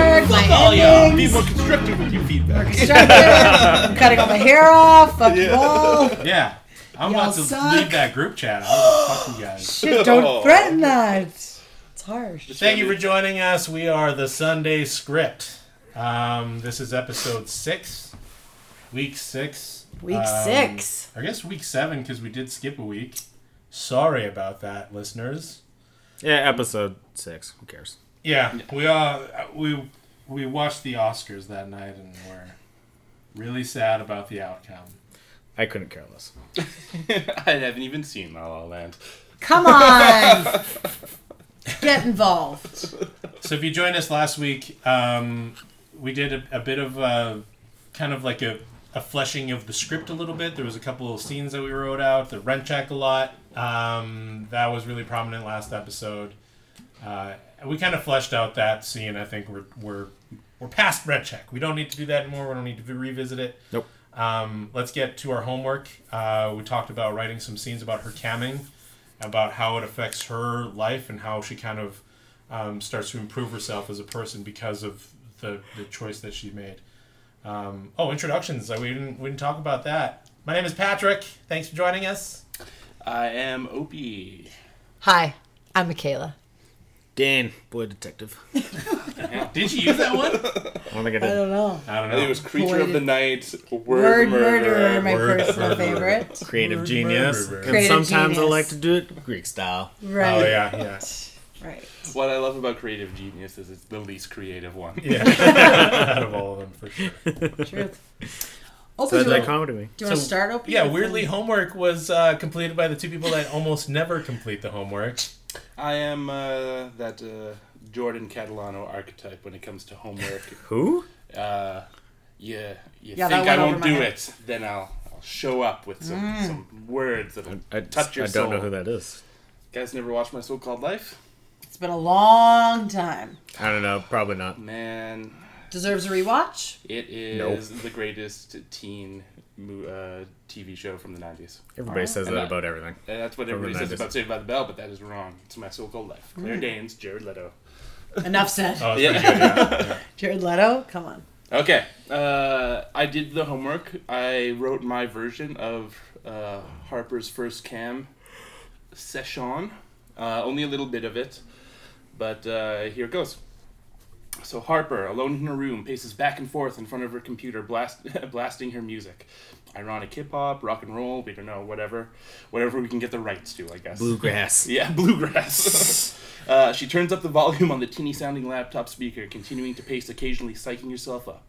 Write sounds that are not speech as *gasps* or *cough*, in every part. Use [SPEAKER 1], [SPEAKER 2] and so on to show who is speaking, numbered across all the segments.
[SPEAKER 1] Hell yeah.
[SPEAKER 2] things.
[SPEAKER 3] Be more constructive with your feedback.
[SPEAKER 2] Constructive, cutting all my hair off. Fuck you
[SPEAKER 4] Yeah.
[SPEAKER 2] all.
[SPEAKER 1] Yeah. I'm
[SPEAKER 2] Y'all
[SPEAKER 1] about to
[SPEAKER 2] suck.
[SPEAKER 1] leave that group chat. I don't give a fuck you guys.
[SPEAKER 2] Shit, don't
[SPEAKER 4] Oh.
[SPEAKER 2] threaten that. It's harsh.
[SPEAKER 1] Thank you for joining us. We are the Sunday Script. Um, this is episode six, week six.
[SPEAKER 2] Week
[SPEAKER 1] Um,
[SPEAKER 2] six.
[SPEAKER 1] I guess week seven because we did skip a week. Sorry about that, listeners.
[SPEAKER 5] Yeah, episode six. Who cares?
[SPEAKER 1] Yeah, we all we we watched the Oscars that night and were really sad about the outcome.
[SPEAKER 5] I couldn't care less.
[SPEAKER 4] *laughs* I haven't even seen La La Land.
[SPEAKER 2] Come on. Get involved.
[SPEAKER 1] So if you joined us last week, um, we did a, a bit of uh kind of like a, a fleshing of the script a little bit. There was a couple of scenes that we wrote out. The rent check a lot um, that was really prominent last episode. Uh, we kind of fleshed out that scene. I think we're we're we're past rent check. We don't need to do that anymore. We don't need to revisit it.
[SPEAKER 5] Nope.
[SPEAKER 1] Um, let's get to our homework. Uh, we talked about writing some scenes about her camming, about how it affects her life and how she kind of um, starts to improve herself as a person because of the, the choice that she made. Um, oh, introductions. Uh, We didn't, we didn't talk about that. My name is Patrick. Thanks for joining us.
[SPEAKER 4] I am Opie.
[SPEAKER 2] Hi, I'm Michaela.
[SPEAKER 5] Dan, boy detective.
[SPEAKER 1] Did you use that one?
[SPEAKER 5] I don't think
[SPEAKER 2] *laughs*
[SPEAKER 5] I
[SPEAKER 2] I
[SPEAKER 5] did.
[SPEAKER 2] don't know.
[SPEAKER 1] I
[SPEAKER 4] I
[SPEAKER 1] don't
[SPEAKER 4] think
[SPEAKER 1] know.
[SPEAKER 4] it was Creature of
[SPEAKER 2] Boy,
[SPEAKER 4] the Night, Word,
[SPEAKER 2] Word murderer,
[SPEAKER 4] Murderer.
[SPEAKER 2] my
[SPEAKER 1] Word
[SPEAKER 2] personal
[SPEAKER 1] Oh. murderer.
[SPEAKER 2] favorite.
[SPEAKER 5] Creative genius.
[SPEAKER 1] Creative
[SPEAKER 5] and sometimes
[SPEAKER 2] genius.
[SPEAKER 5] I like to do it Greek style.
[SPEAKER 2] Right.
[SPEAKER 1] Oh, yeah, yeah.
[SPEAKER 2] Right.
[SPEAKER 4] What I love about Creative Genius is it's the least creative one.
[SPEAKER 1] Yeah. Out of all of them, for sure.
[SPEAKER 2] Truth. Open
[SPEAKER 5] So
[SPEAKER 2] do you
[SPEAKER 5] that
[SPEAKER 2] want
[SPEAKER 5] comedy me.
[SPEAKER 2] to
[SPEAKER 1] So,
[SPEAKER 2] start open?
[SPEAKER 1] *laughs* Yeah, weirdly, homework was uh, completed by the two people that almost never complete the homework.
[SPEAKER 4] *laughs* I am uh, that uh, Jordan Catalano archetype when it comes to homework.
[SPEAKER 5] Who?
[SPEAKER 4] uh, yeah, you
[SPEAKER 2] Yeah, that
[SPEAKER 4] think I
[SPEAKER 2] went
[SPEAKER 4] won't
[SPEAKER 2] over my
[SPEAKER 4] do
[SPEAKER 2] head.
[SPEAKER 4] it, then I'll, I'll show up with some, some words that'll
[SPEAKER 5] I,
[SPEAKER 4] touch your
[SPEAKER 5] I
[SPEAKER 4] soul.
[SPEAKER 5] don't know who that is.
[SPEAKER 4] guys never watched My So-Called Life?
[SPEAKER 2] It's been a long time.
[SPEAKER 5] I don't know. Probably not.
[SPEAKER 4] Man,
[SPEAKER 2] Deserves a rewatch.
[SPEAKER 4] It is the greatest teen mo- uh, TV show from the 90s.
[SPEAKER 5] Everybody says
[SPEAKER 4] And
[SPEAKER 5] that
[SPEAKER 4] I-
[SPEAKER 5] about everything.
[SPEAKER 4] And that's what
[SPEAKER 5] From the
[SPEAKER 4] everybody says
[SPEAKER 5] 90s.
[SPEAKER 4] about Saved by the Bell, but that is wrong. It's my so-called life. Claire Danes, Jared Leto.
[SPEAKER 2] Enough said.
[SPEAKER 1] Oh,
[SPEAKER 4] *laughs*
[SPEAKER 1] it's
[SPEAKER 4] Yeah.
[SPEAKER 1] pretty good, yeah.
[SPEAKER 2] Jared Leto, come on. *laughs*
[SPEAKER 4] Okay, uh, I did the homework. I wrote my version of uh, Harper's first cam session. Uh, only a little bit of it, but uh, here it goes. So Harper, alone in her room, paces back and forth in front of her computer, blast- *laughs* blasting her music. Ironic hip hop, rock and roll, we don't know, whatever. Whatever we can get the rights to, I guess.
[SPEAKER 5] Bluegrass.
[SPEAKER 4] Yeah, bluegrass. *laughs* uh, she turns up the volume on the teeny sounding laptop speaker, continuing to pace, occasionally psyching herself up.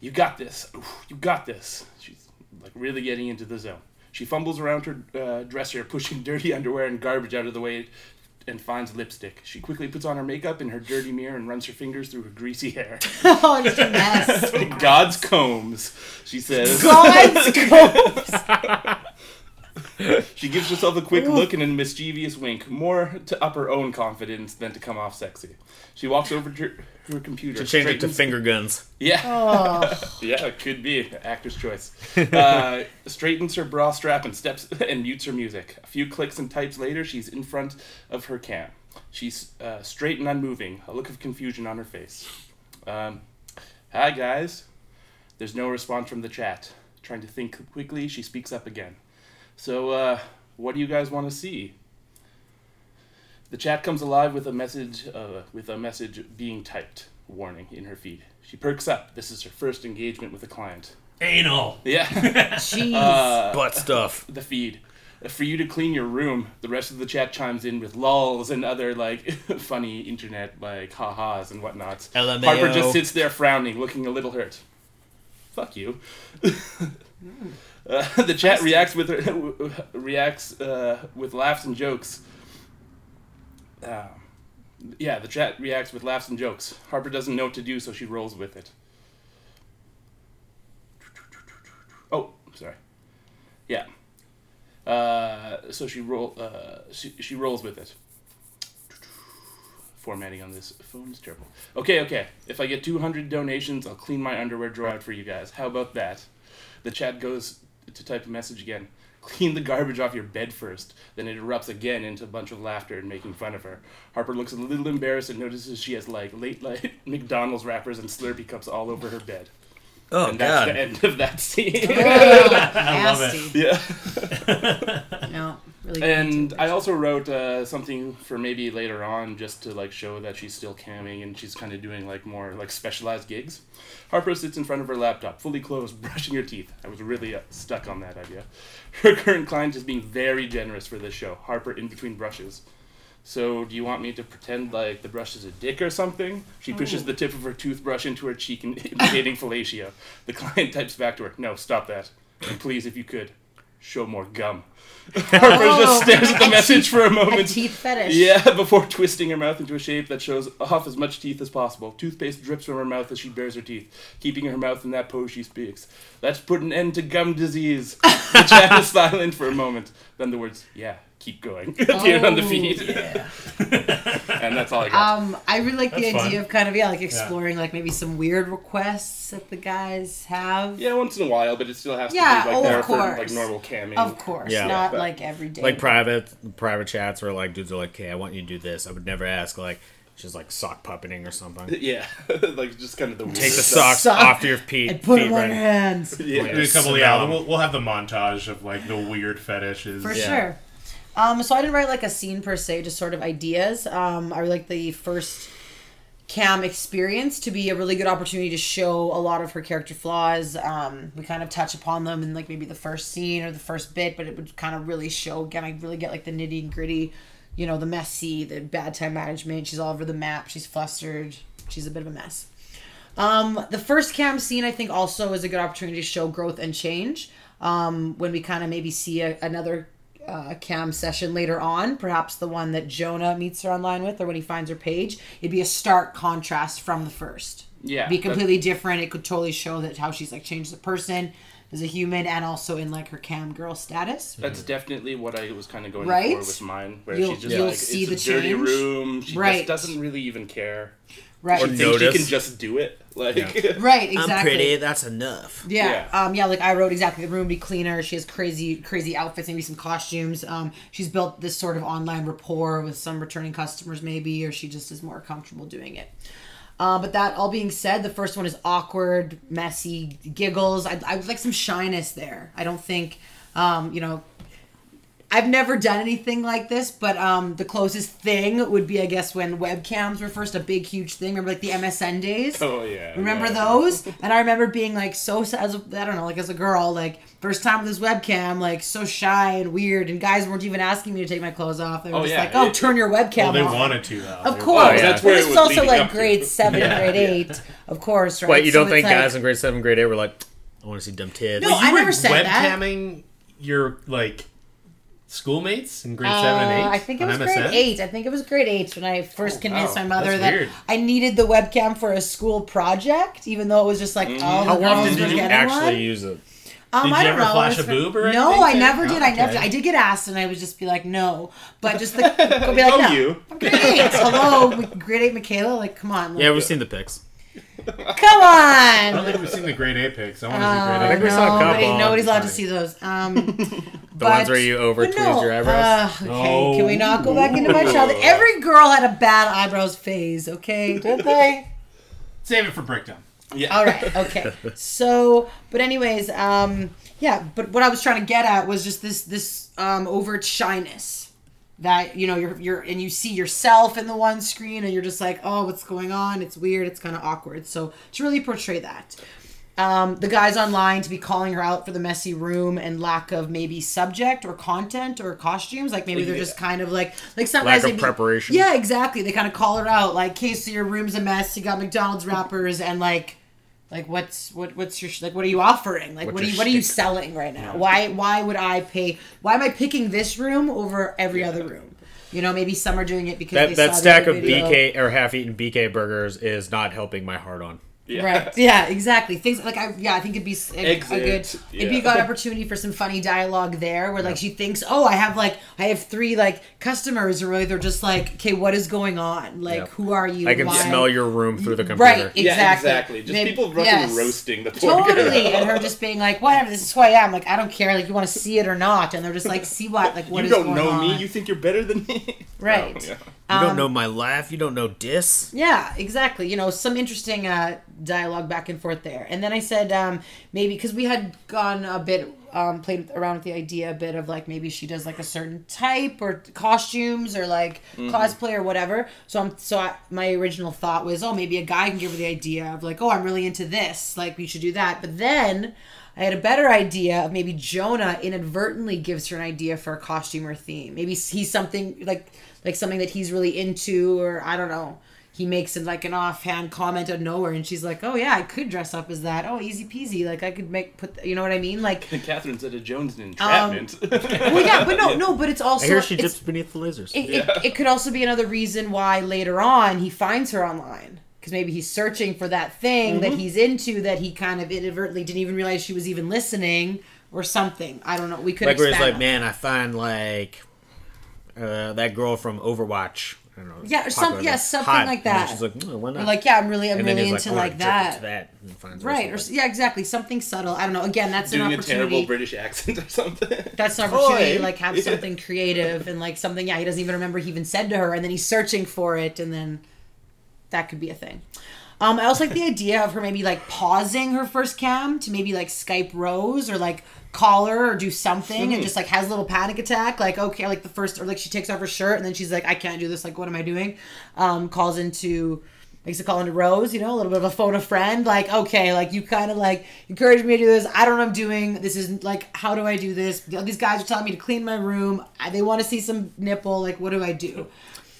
[SPEAKER 4] You got this. Oof, you got this. She's like really getting into the zone. She fumbles around her uh, dresser, *laughs* pushing dirty underwear and garbage out of the way, and finds lipstick. She quickly puts on her makeup in her dirty mirror and runs her fingers through her greasy hair.
[SPEAKER 2] Oh, just a mess.
[SPEAKER 4] God's combs, she says. *laughs*
[SPEAKER 2] God's go-
[SPEAKER 4] She gives herself a quick look and a mischievous wink, more to up her own confidence than to come off sexy. She walks over to her, her computer.
[SPEAKER 5] To change it to
[SPEAKER 4] straightens-
[SPEAKER 5] finger guns.
[SPEAKER 4] Yeah,
[SPEAKER 2] Oh,
[SPEAKER 4] yeah, it could be actor's choice. Uh, straightens her bra strap and steps *laughs* and mutes her music. A few clicks and types later, she's in front of her cam. She's uh, straight and unmoving, a look of confusion on her face. Um, Hi guys. There's no response from the chat. Trying to think quickly, she speaks up again. So, uh, what do you guys want to see? The chat comes alive with a message uh, with a message being typed warning in her feed. She perks up. This is her first engagement with a client.
[SPEAKER 1] Anal.
[SPEAKER 4] Yeah, *laughs*
[SPEAKER 2] jeez.
[SPEAKER 4] Uh,
[SPEAKER 5] Butt stuff.
[SPEAKER 4] the feed. For you to clean your room, the rest of the chat chimes in with lols and other like *laughs* funny internet like ha-has and whatnot.
[SPEAKER 5] LMAO.
[SPEAKER 4] Harper just sits there frowning, looking a little hurt. Fuck you. *laughs* Uh, the chat reacts with *laughs* her, reacts uh, with laughs and jokes. Uh, yeah, the chat reacts with laughs and jokes. Harper doesn't know what to do, so she rolls with it. Oh, sorry. Yeah. Uh, so she roll. Uh, she, she rolls with it. Formatting on this phone is terrible. Okay, okay. If I get 200 donations, I'll clean my underwear drawer out for you guys. How about that? The chat goes to type a message again. Clean the garbage off your bed first. Then it erupts again into a bunch of laughter and making fun of her. Harper looks a little embarrassed and notices she has like late night *laughs* McDonald's wrappers and Slurpee cups all over her bed.
[SPEAKER 5] Oh
[SPEAKER 4] And that's
[SPEAKER 5] god.
[SPEAKER 4] the end of that *laughs* scene.
[SPEAKER 2] I
[SPEAKER 1] love
[SPEAKER 4] yeah.
[SPEAKER 2] No, really.
[SPEAKER 4] And I also wrote uh, something for maybe later on, just to like show that she's still camming and she's kind of doing like more like specialized gigs. Harper sits in front of her laptop, fully closed, *laughs* brushing her teeth. I was really uh, stuck on that idea. Her current client is being very generous for this show. Harper in between brushes. So do you want me to pretend like the brush is a dick or something? She pushes the tip of her toothbrush into her cheek, in- *laughs* indicating fellatio. The client types back to her, "No, stop that, and please, if you could, show more gum." Harper just stares at the message for a
[SPEAKER 2] Oh. *laughs* a
[SPEAKER 4] moment.
[SPEAKER 2] teeth fetish.
[SPEAKER 4] Yeah, *laughs* before twisting her mouth into a shape that shows off as much teeth as possible. Toothpaste drips from her mouth as she bares her teeth, keeping her mouth in that pose she speaks. Let's put an end to gum disease. The chat is
[SPEAKER 2] *laughs*
[SPEAKER 4] silent for a moment. Then the words, yeah, keep going, *laughs* appear on the
[SPEAKER 2] Oh,
[SPEAKER 4] feed. *laughs* and that's all I got.
[SPEAKER 2] Um, I really like the
[SPEAKER 1] That's
[SPEAKER 2] idea
[SPEAKER 1] fun.
[SPEAKER 2] of kind of yeah, like exploring like maybe some weird requests that the guys have.
[SPEAKER 4] yeah, once in a while, but it still has
[SPEAKER 2] Yeah,
[SPEAKER 4] to be like
[SPEAKER 2] oh,
[SPEAKER 4] there
[SPEAKER 2] of
[SPEAKER 4] for like
[SPEAKER 2] course.
[SPEAKER 4] normal camming.
[SPEAKER 2] Of course,
[SPEAKER 5] Yeah.
[SPEAKER 2] not
[SPEAKER 4] Yeah.
[SPEAKER 2] like every day.
[SPEAKER 5] like private private chats where like dudes are like, "Okay, I want you to do this." I would never ask like she's like sock puppeting or something.
[SPEAKER 4] Yeah, *laughs* like just kind of the
[SPEAKER 5] Take the socks
[SPEAKER 2] Sock *laughs*
[SPEAKER 5] off your feet.
[SPEAKER 2] and put
[SPEAKER 5] feet
[SPEAKER 2] them on
[SPEAKER 5] right-
[SPEAKER 2] your
[SPEAKER 4] *laughs*
[SPEAKER 2] hands
[SPEAKER 1] Do a couple, yeah, we'll, we'll have the montage of like the weird fetishes.
[SPEAKER 2] for
[SPEAKER 5] Yeah.
[SPEAKER 2] sure. Um, so I didn't write like a scene per se, just sort of ideas. Um, I would like the first cam experience to be a really good opportunity to show a lot of her character flaws um, we kind of touch upon them in like maybe the first scene or the first bit but it would kind of really show again i really get like the nitty and gritty you know the messy the bad time management she's all over the map she's flustered she's a bit of a mess um, the first cam scene i think also is a good opportunity to show growth and change um, when we kind of maybe see a, another uh, cam session later on, perhaps the one that Jonah meets her online with, or when he finds her page, it'd be a stark contrast from the first.
[SPEAKER 4] Yeah,
[SPEAKER 2] be
[SPEAKER 4] that-
[SPEAKER 2] completely different. It could totally show that how she's like changed as a person, as a human, and also in like her cam girl status.
[SPEAKER 4] That's definitely what I was kind of going
[SPEAKER 2] Right?
[SPEAKER 4] for with mine, where
[SPEAKER 2] You'll-
[SPEAKER 4] she's just
[SPEAKER 2] you'll
[SPEAKER 4] like,
[SPEAKER 2] see
[SPEAKER 4] it's
[SPEAKER 2] the
[SPEAKER 4] a dirty
[SPEAKER 2] change.
[SPEAKER 4] room. She
[SPEAKER 2] Right.
[SPEAKER 4] just doesn't really even care.
[SPEAKER 2] Right.
[SPEAKER 5] Or
[SPEAKER 4] She thinks she
[SPEAKER 5] notice.
[SPEAKER 4] can just do it. *laughs* Like,
[SPEAKER 2] Right. Exactly.
[SPEAKER 5] I'm pretty. That's enough.
[SPEAKER 2] Yeah.
[SPEAKER 4] Yeah.
[SPEAKER 2] Um, yeah, like I wrote exactly. The room would be cleaner. She has crazy, crazy outfits, maybe some costumes. Um, she's built this sort of online rapport with some returning customers, maybe, or she just is more comfortable doing it. Uh, but that all being said, the first one is awkward, messy, giggles. I, I would like some shyness there. I don't think, um, you know, I've never done anything like this, but um, the closest thing would be, I guess, when webcams were first a big, huge thing. Remember, like the MSN days?
[SPEAKER 4] oh yeah.
[SPEAKER 2] Remember
[SPEAKER 4] yeah.
[SPEAKER 2] those? And I remember being like so as a, I don't know, like as a girl, like first time with this webcam, like so shy and weird, and guys weren't even asking me to take my clothes off. They were
[SPEAKER 4] Oh,
[SPEAKER 2] just
[SPEAKER 4] yeah.
[SPEAKER 2] like, "Oh,
[SPEAKER 4] It-
[SPEAKER 2] turn your webcam
[SPEAKER 1] Well, they
[SPEAKER 2] off."
[SPEAKER 1] wanted to though.
[SPEAKER 2] of
[SPEAKER 1] They-
[SPEAKER 2] course,
[SPEAKER 5] Oh, yeah.
[SPEAKER 2] that's
[SPEAKER 5] That's
[SPEAKER 4] where
[SPEAKER 2] this
[SPEAKER 4] it
[SPEAKER 2] was
[SPEAKER 4] was
[SPEAKER 2] also
[SPEAKER 4] leading
[SPEAKER 2] like
[SPEAKER 4] up to.
[SPEAKER 2] grade seven, grade eight, of course, right?
[SPEAKER 5] Wait, you
[SPEAKER 2] So
[SPEAKER 5] don't think
[SPEAKER 2] it's like-
[SPEAKER 5] guys in grade seven, grade eight were like, "I want to see dumb tits."
[SPEAKER 2] No,
[SPEAKER 1] You
[SPEAKER 2] I
[SPEAKER 1] were
[SPEAKER 2] never said that.
[SPEAKER 1] webcamming your like schoolmates in grade seven and
[SPEAKER 2] Uh,
[SPEAKER 1] eight.
[SPEAKER 2] I think it
[SPEAKER 1] on
[SPEAKER 2] was
[SPEAKER 1] MSN?
[SPEAKER 2] grade eight. I think it was grade eight when I first convinced
[SPEAKER 4] wow.
[SPEAKER 2] my mother
[SPEAKER 1] That's
[SPEAKER 2] that
[SPEAKER 1] weird.
[SPEAKER 2] I needed the webcam for a school project, even though it was just like all the
[SPEAKER 5] How often
[SPEAKER 2] girls were
[SPEAKER 5] did you
[SPEAKER 2] getting
[SPEAKER 5] actually
[SPEAKER 2] one.
[SPEAKER 5] use it?
[SPEAKER 2] Um, I
[SPEAKER 1] Did you
[SPEAKER 2] don't
[SPEAKER 1] ever
[SPEAKER 2] know.
[SPEAKER 1] flash
[SPEAKER 2] It's
[SPEAKER 1] a
[SPEAKER 2] for-
[SPEAKER 1] boob or
[SPEAKER 2] No,
[SPEAKER 1] anything?
[SPEAKER 2] I never did. I never.
[SPEAKER 1] Okay.
[SPEAKER 2] I did get asked, and I would just be like, no. But just the I'd be like,
[SPEAKER 4] Oh,
[SPEAKER 2] no.
[SPEAKER 4] you.
[SPEAKER 2] I'm grade eight. Hello, m- grade eight, Michaela. Like, come on. Like,
[SPEAKER 5] Yeah, we've seen the pics.
[SPEAKER 2] come
[SPEAKER 1] I don't
[SPEAKER 2] on.
[SPEAKER 1] think we've seen the grade eight pics. I want to see
[SPEAKER 2] Uh,
[SPEAKER 1] grade eight.
[SPEAKER 5] we
[SPEAKER 1] pics.
[SPEAKER 5] saw a
[SPEAKER 2] no, nobody-
[SPEAKER 5] couple.
[SPEAKER 2] nobody's allowed to
[SPEAKER 5] Sorry.
[SPEAKER 2] see those. Um,
[SPEAKER 5] The ones where you over
[SPEAKER 2] but
[SPEAKER 5] tweezed
[SPEAKER 2] no,
[SPEAKER 5] your eyebrows.
[SPEAKER 2] uh, okay, can we not go back into my
[SPEAKER 4] No.
[SPEAKER 2] childhood? Every girl had a bad eyebrows phase. Okay, did they?
[SPEAKER 1] Save it for breakdown.
[SPEAKER 4] Yeah.
[SPEAKER 2] All right.
[SPEAKER 5] *laughs*
[SPEAKER 2] Okay. So, but anyways, um, yeah. But what I was trying to get at was just this this um, overt shyness that you know you're you're and you see yourself in the one screen and you're just like, oh, what's going on? It's weird. It's kind of awkward. So to really portray that. Um, the guys online to be calling her out for the messy room and lack of maybe subject or content or costumes. Like maybe they're just kind of like like sometimes
[SPEAKER 5] Lack of
[SPEAKER 2] they'd be-
[SPEAKER 5] preparation.
[SPEAKER 2] Yeah, exactly. They kind of call her out like, "Okay, so your room's a mess. You got McDonald's wrappers and like like what's what what's your sh- like what are you offering like
[SPEAKER 5] What's
[SPEAKER 2] what are
[SPEAKER 5] your
[SPEAKER 2] you what are you
[SPEAKER 5] shtick?
[SPEAKER 2] selling right now why why would i pay why am i picking this room over every other room you know maybe some are doing it because they
[SPEAKER 5] That, that
[SPEAKER 2] saw
[SPEAKER 5] stack
[SPEAKER 2] the
[SPEAKER 5] of
[SPEAKER 2] other video.
[SPEAKER 5] BK or half-eaten BK burgers is not helping my heart on.
[SPEAKER 4] Yeah. *laughs*
[SPEAKER 2] Right. *laughs* Yeah. Exactly. Things like I. Yeah. I think it'd be s- a, a
[SPEAKER 4] Exit,
[SPEAKER 2] good. It'd be a
[SPEAKER 4] yeah.
[SPEAKER 2] good opportunity for some funny dialogue there, where like she thinks, oh, I have like I have three like customers, and really they're just like, okay, what is going on? Like,
[SPEAKER 5] Yeah.
[SPEAKER 2] who are you?
[SPEAKER 5] I can
[SPEAKER 2] Why?"
[SPEAKER 5] smell your room through the computer.
[SPEAKER 2] Right. Exactly.
[SPEAKER 4] Yeah, exactly. Just
[SPEAKER 2] They-
[SPEAKER 4] people fucking
[SPEAKER 2] yes.
[SPEAKER 4] roasting the poor
[SPEAKER 2] Totally,
[SPEAKER 4] girl.
[SPEAKER 2] and her just being like, "Whatever, this is who I am. Like, I don't care. Like, you want to see it or not?" And they're just like, "See what? Like, what
[SPEAKER 4] you
[SPEAKER 2] is
[SPEAKER 4] don't
[SPEAKER 2] going
[SPEAKER 4] know me.
[SPEAKER 2] on?"
[SPEAKER 4] You think you're better than me. *laughs*
[SPEAKER 2] Right.
[SPEAKER 4] Oh, yeah.
[SPEAKER 5] You
[SPEAKER 2] um,
[SPEAKER 5] don't know my life. You don't know dis.
[SPEAKER 2] Yeah, exactly. You know, some interesting uh, dialogue back and forth there. And then I said um, maybe because we had gone a bit um, played around with the idea a bit of like maybe she does like a certain type or costumes or like cosplay or whatever. So I'm so I, my original thought was oh maybe a guy can give her the idea of like oh I'm really into this like we should do that. But then I had a better idea of maybe Jonah inadvertently gives her an idea for a costume or theme. Maybe he's something like like something that he's really into or I don't know. He makes it like an offhand comment out of nowhere and she's like, "Oh yeah, I could dress up as that. Oh, easy peasy. Like I could make put you know what I mean?
[SPEAKER 4] *laughs*
[SPEAKER 2] Like
[SPEAKER 4] And Catherine said a Jones an
[SPEAKER 2] Um,
[SPEAKER 4] entrapment.
[SPEAKER 2] well yeah, but no, no, but it's also
[SPEAKER 5] I hear she
[SPEAKER 2] it's-
[SPEAKER 5] dips beneath the lasers.
[SPEAKER 2] it, it, it could also be another reason why later on he finds her online because maybe he's searching for that thing that
[SPEAKER 5] Mm-hmm.
[SPEAKER 2] he's into that he kind of inadvertently didn't even realize she was even listening or something. I don't know. We could
[SPEAKER 5] like where it's
[SPEAKER 2] expand
[SPEAKER 5] like,
[SPEAKER 2] on-
[SPEAKER 5] man, I find like uh, that girl from Overwatch. I don't know.
[SPEAKER 2] Yeah, or some-
[SPEAKER 5] popular,
[SPEAKER 2] yeah,
[SPEAKER 5] like,
[SPEAKER 2] something
[SPEAKER 5] hot.
[SPEAKER 2] like
[SPEAKER 5] And then
[SPEAKER 2] that.
[SPEAKER 5] she's like, "Oh, why not?
[SPEAKER 2] Or like yeah, I'm really I'm
[SPEAKER 5] and then
[SPEAKER 2] really
[SPEAKER 5] he's
[SPEAKER 2] into
[SPEAKER 5] "Oh,
[SPEAKER 2] like,
[SPEAKER 5] jerk it to
[SPEAKER 2] that.
[SPEAKER 5] that and finds her
[SPEAKER 2] Right, or
[SPEAKER 5] something.
[SPEAKER 2] yeah, exactly. Something subtle. I don't know. Again, that's
[SPEAKER 4] *laughs* Doing
[SPEAKER 2] an
[SPEAKER 4] a terrible
[SPEAKER 2] opportunity.
[SPEAKER 4] British accent or something.
[SPEAKER 2] that's an opportunity to
[SPEAKER 4] Oi.
[SPEAKER 2] like have
[SPEAKER 4] Yeah.
[SPEAKER 2] something creative and like something yeah he doesn't even remember he even said to her and then he's searching for it and then that could be a thing um i also like the idea of her maybe like pausing her first cam to maybe like skype rose or like call her or do something and just like has a little panic attack like okay like the first or like she takes off her shirt and then she's like i can't do this like what am i doing um calls into makes a call into Rose, you know, a little bit of a phone a friend, like, okay, like you kind of like encouraged me to do this. I don't know what I'm doing. This isn't like, how do I do this? These guys are telling me to clean my room. I, they want to see some nipple. Like, what do I do?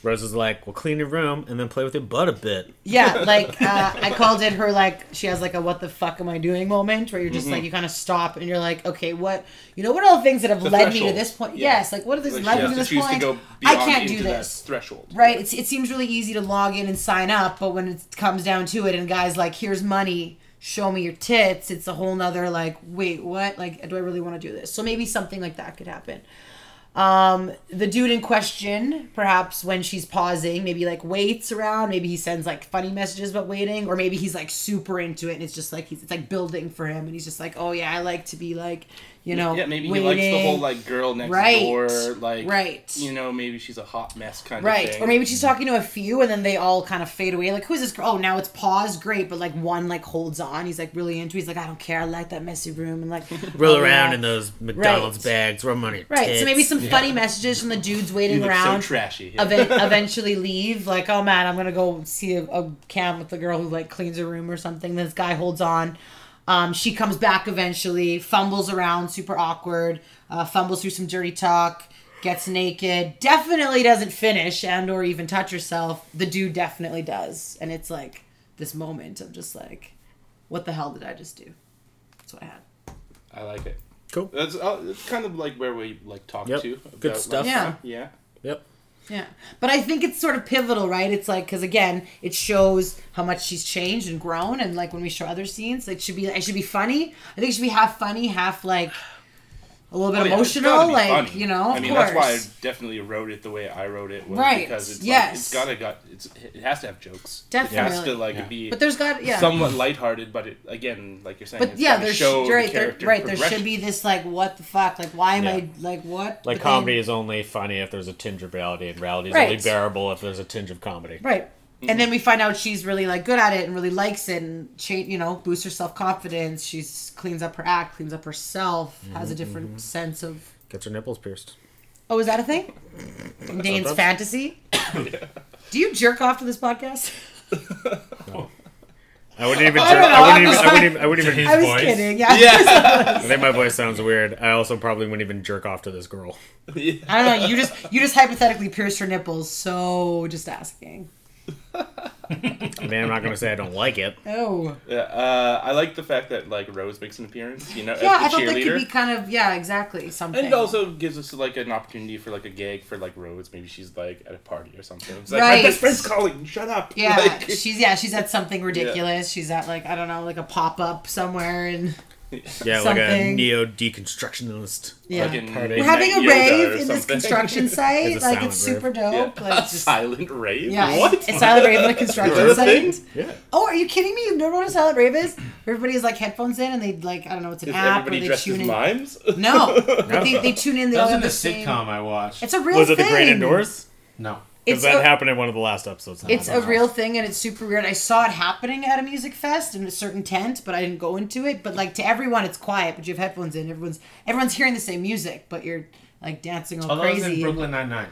[SPEAKER 5] Rose is like, well, clean your room and then play with your butt a bit.
[SPEAKER 2] Yeah, like uh, I called it her like she has like a what the fuck am I doing moment where you're just
[SPEAKER 4] Mm-hmm.
[SPEAKER 2] like you kind of stop and you're like okay what you know what are all the things that have led me to
[SPEAKER 4] threshold.
[SPEAKER 2] this point
[SPEAKER 4] Yeah.
[SPEAKER 2] yes like what are things that
[SPEAKER 4] Like,
[SPEAKER 2] led
[SPEAKER 4] she
[SPEAKER 2] me to this
[SPEAKER 4] has to choose
[SPEAKER 2] point
[SPEAKER 4] to go
[SPEAKER 2] I
[SPEAKER 4] beyond
[SPEAKER 2] can't
[SPEAKER 4] into
[SPEAKER 2] do
[SPEAKER 4] that
[SPEAKER 2] this
[SPEAKER 4] threshold.
[SPEAKER 2] right? It's, it seems really easy to log in and sign up, but when it comes down to it, and guys like, here's money, show me your tits, it's a whole nother like, wait, what? Like, do I really want to do this? So maybe something like that could happen. Um, the dude in question, perhaps when she's pausing, maybe like waits around, maybe he sends like funny messages about waiting, or maybe he's like super into it and it's just like he's it's like building for him and he's just like, Oh yeah, I like to be like, you know,
[SPEAKER 4] Yeah, maybe he likes the
[SPEAKER 2] waiting."
[SPEAKER 4] whole like girl next
[SPEAKER 2] Right.
[SPEAKER 4] door, like
[SPEAKER 2] Right.
[SPEAKER 4] You know, maybe she's a hot mess kind of
[SPEAKER 2] Right.
[SPEAKER 4] thing.
[SPEAKER 2] Or maybe she's talking to a few and then they all kind of fade away. Like, who's this girl? Oh, now it's pause. Great. But like one like holds on. He's like really into it. He's like, I don't care. I like that messy room. And like,
[SPEAKER 5] Roll
[SPEAKER 2] oh,
[SPEAKER 5] around
[SPEAKER 2] yeah.
[SPEAKER 5] in those McDonald's bags, rub money.
[SPEAKER 2] Right. So maybe some funny messages from the dudes waiting
[SPEAKER 4] you look
[SPEAKER 2] around.
[SPEAKER 4] so trashy.
[SPEAKER 2] ev- eventually leave like oh man i'm gonna go see a, a cam with the girl who like cleans her room or something this guy holds on um, she comes back eventually fumbles around super awkward uh, fumbles through some dirty talk gets naked definitely doesn't finish and or even touch herself the dude definitely does and it's like this moment of just like what the hell did i just do that's what i had
[SPEAKER 4] I like it.
[SPEAKER 5] Cool.
[SPEAKER 4] That's uh, it's kind of like where we like talk
[SPEAKER 5] Yep.
[SPEAKER 4] to. about,
[SPEAKER 5] Good
[SPEAKER 4] like,
[SPEAKER 5] stuff.
[SPEAKER 2] Yeah.
[SPEAKER 4] yeah.
[SPEAKER 5] Yep.
[SPEAKER 2] Yeah. But I think it's sort of pivotal, right? It's like cuz again, it shows how much she's changed and grown and like when we show other scenes, like should be it should be funny. I think it should be half funny, half like a little bit
[SPEAKER 4] Oh, yeah, it's gotta
[SPEAKER 2] emotional,
[SPEAKER 4] be
[SPEAKER 2] like,
[SPEAKER 4] funny.
[SPEAKER 2] you know, of
[SPEAKER 4] I mean,
[SPEAKER 2] course.
[SPEAKER 4] that's why I definitely wrote it the way I wrote it. Was
[SPEAKER 2] Right,
[SPEAKER 4] Because it's
[SPEAKER 2] yes.
[SPEAKER 4] Like, it's gotta got. It's it has to have jokes. It has
[SPEAKER 2] Definitely.
[SPEAKER 4] to like
[SPEAKER 5] Yeah.
[SPEAKER 4] be.
[SPEAKER 2] but there's got yeah.
[SPEAKER 4] Somewhat lighthearted, but it, again, like you're saying,
[SPEAKER 2] but
[SPEAKER 4] it's
[SPEAKER 2] yeah,
[SPEAKER 4] gotta
[SPEAKER 2] there's
[SPEAKER 4] show
[SPEAKER 2] right,
[SPEAKER 4] the
[SPEAKER 2] there-
[SPEAKER 4] character
[SPEAKER 2] right, there
[SPEAKER 4] progression.
[SPEAKER 2] should be this like what the fuck? Like why am
[SPEAKER 5] Yeah.
[SPEAKER 2] I like what?
[SPEAKER 5] Like
[SPEAKER 2] But then-
[SPEAKER 5] comedy is only funny if there's a tinge of reality, and reality is
[SPEAKER 2] Right.
[SPEAKER 5] only bearable if there's a tinge of comedy.
[SPEAKER 2] Right.
[SPEAKER 4] Mm-hmm.
[SPEAKER 2] And then we find out she's really like good at it and really likes it and cha- you know boosts her self confidence. She's cleans up her act, cleans up herself,
[SPEAKER 5] Mm-hmm,
[SPEAKER 2] has a different sense of
[SPEAKER 5] Gets her nipples pierced.
[SPEAKER 2] Oh, is that a thing? Dane's
[SPEAKER 5] Sometimes.
[SPEAKER 2] fantasy. Do you jerk off to this podcast?
[SPEAKER 5] I wouldn't even.
[SPEAKER 2] *laughs* I don't
[SPEAKER 5] jerk-
[SPEAKER 2] know,
[SPEAKER 5] I
[SPEAKER 2] I'm
[SPEAKER 5] wouldn't
[SPEAKER 2] just like-
[SPEAKER 5] even. I wouldn't even. I wouldn't even
[SPEAKER 1] His
[SPEAKER 2] I was
[SPEAKER 1] voice.
[SPEAKER 2] kidding. Yeah.
[SPEAKER 4] Yeah. *laughs*
[SPEAKER 5] I think my voice sounds weird. I also probably wouldn't even jerk off to this girl.
[SPEAKER 2] I don't know. You just you just hypothetically pierced her nipples, so just asking.
[SPEAKER 5] I mean, I'm not gonna say I don't like it.
[SPEAKER 2] Oh.
[SPEAKER 4] *laughs* Yeah, uh, I like the fact that like Rose makes an appearance, you know,
[SPEAKER 2] Yeah, I
[SPEAKER 4] as the
[SPEAKER 2] thought that
[SPEAKER 4] cheerleader,
[SPEAKER 2] could be kind of yeah, exactly something.
[SPEAKER 4] and also gives us like an opportunity for like a gag for like Rose. Maybe she's like at a party or something. It's like
[SPEAKER 2] Right.
[SPEAKER 4] my best friend's calling. Shut up.
[SPEAKER 2] yeah,
[SPEAKER 4] Like,
[SPEAKER 2] *laughs* she's yeah, she's at something ridiculous. She's at like I don't know, like a pop up somewhere, and
[SPEAKER 5] Yeah, like a
[SPEAKER 2] Something.
[SPEAKER 5] neo deconstructionist.
[SPEAKER 2] yeah,
[SPEAKER 4] fucking
[SPEAKER 5] Party.
[SPEAKER 2] we're
[SPEAKER 4] Midnight
[SPEAKER 2] having a
[SPEAKER 4] Yoda or
[SPEAKER 2] rave in this
[SPEAKER 4] something.
[SPEAKER 2] construction site.
[SPEAKER 5] It's a
[SPEAKER 2] like it's
[SPEAKER 5] silent
[SPEAKER 2] super dope.
[SPEAKER 4] *laughs* Yeah.
[SPEAKER 2] Like just
[SPEAKER 4] silent rave.
[SPEAKER 2] yeah,
[SPEAKER 4] What?
[SPEAKER 2] it's silent rave in a construction
[SPEAKER 4] Is that a
[SPEAKER 2] site.
[SPEAKER 4] thing?
[SPEAKER 5] Yeah.
[SPEAKER 2] Oh, are you kidding me? You've never known what a silent rave is? Everybody has like headphones in, and they like I don't know, it's an
[SPEAKER 4] Is
[SPEAKER 2] app or
[SPEAKER 4] everybody
[SPEAKER 2] they
[SPEAKER 4] dressed as
[SPEAKER 2] tune in.
[SPEAKER 4] mimes? *laughs*
[SPEAKER 2] No,
[SPEAKER 5] *laughs*
[SPEAKER 2] But they, they tune in. They
[SPEAKER 1] That
[SPEAKER 2] all
[SPEAKER 1] was
[SPEAKER 2] have
[SPEAKER 1] in
[SPEAKER 2] the
[SPEAKER 1] a
[SPEAKER 2] same.
[SPEAKER 1] sitcom I watched.
[SPEAKER 2] It's a real
[SPEAKER 5] Was it
[SPEAKER 2] thing.
[SPEAKER 5] the Great Indoors?
[SPEAKER 1] no.
[SPEAKER 5] Because
[SPEAKER 2] It's
[SPEAKER 5] that
[SPEAKER 2] a-
[SPEAKER 5] happened in one of the last episodes.
[SPEAKER 2] It's a real thing and it's super weird. I saw it happening at a music fest in a certain tent, but I didn't go into it. But like to everyone, it's quiet, but you have headphones in. Everyone's everyone's hearing the same music, but you're like dancing all
[SPEAKER 1] Although it was in
[SPEAKER 2] crazy. and-
[SPEAKER 1] Brooklyn Nine Nine.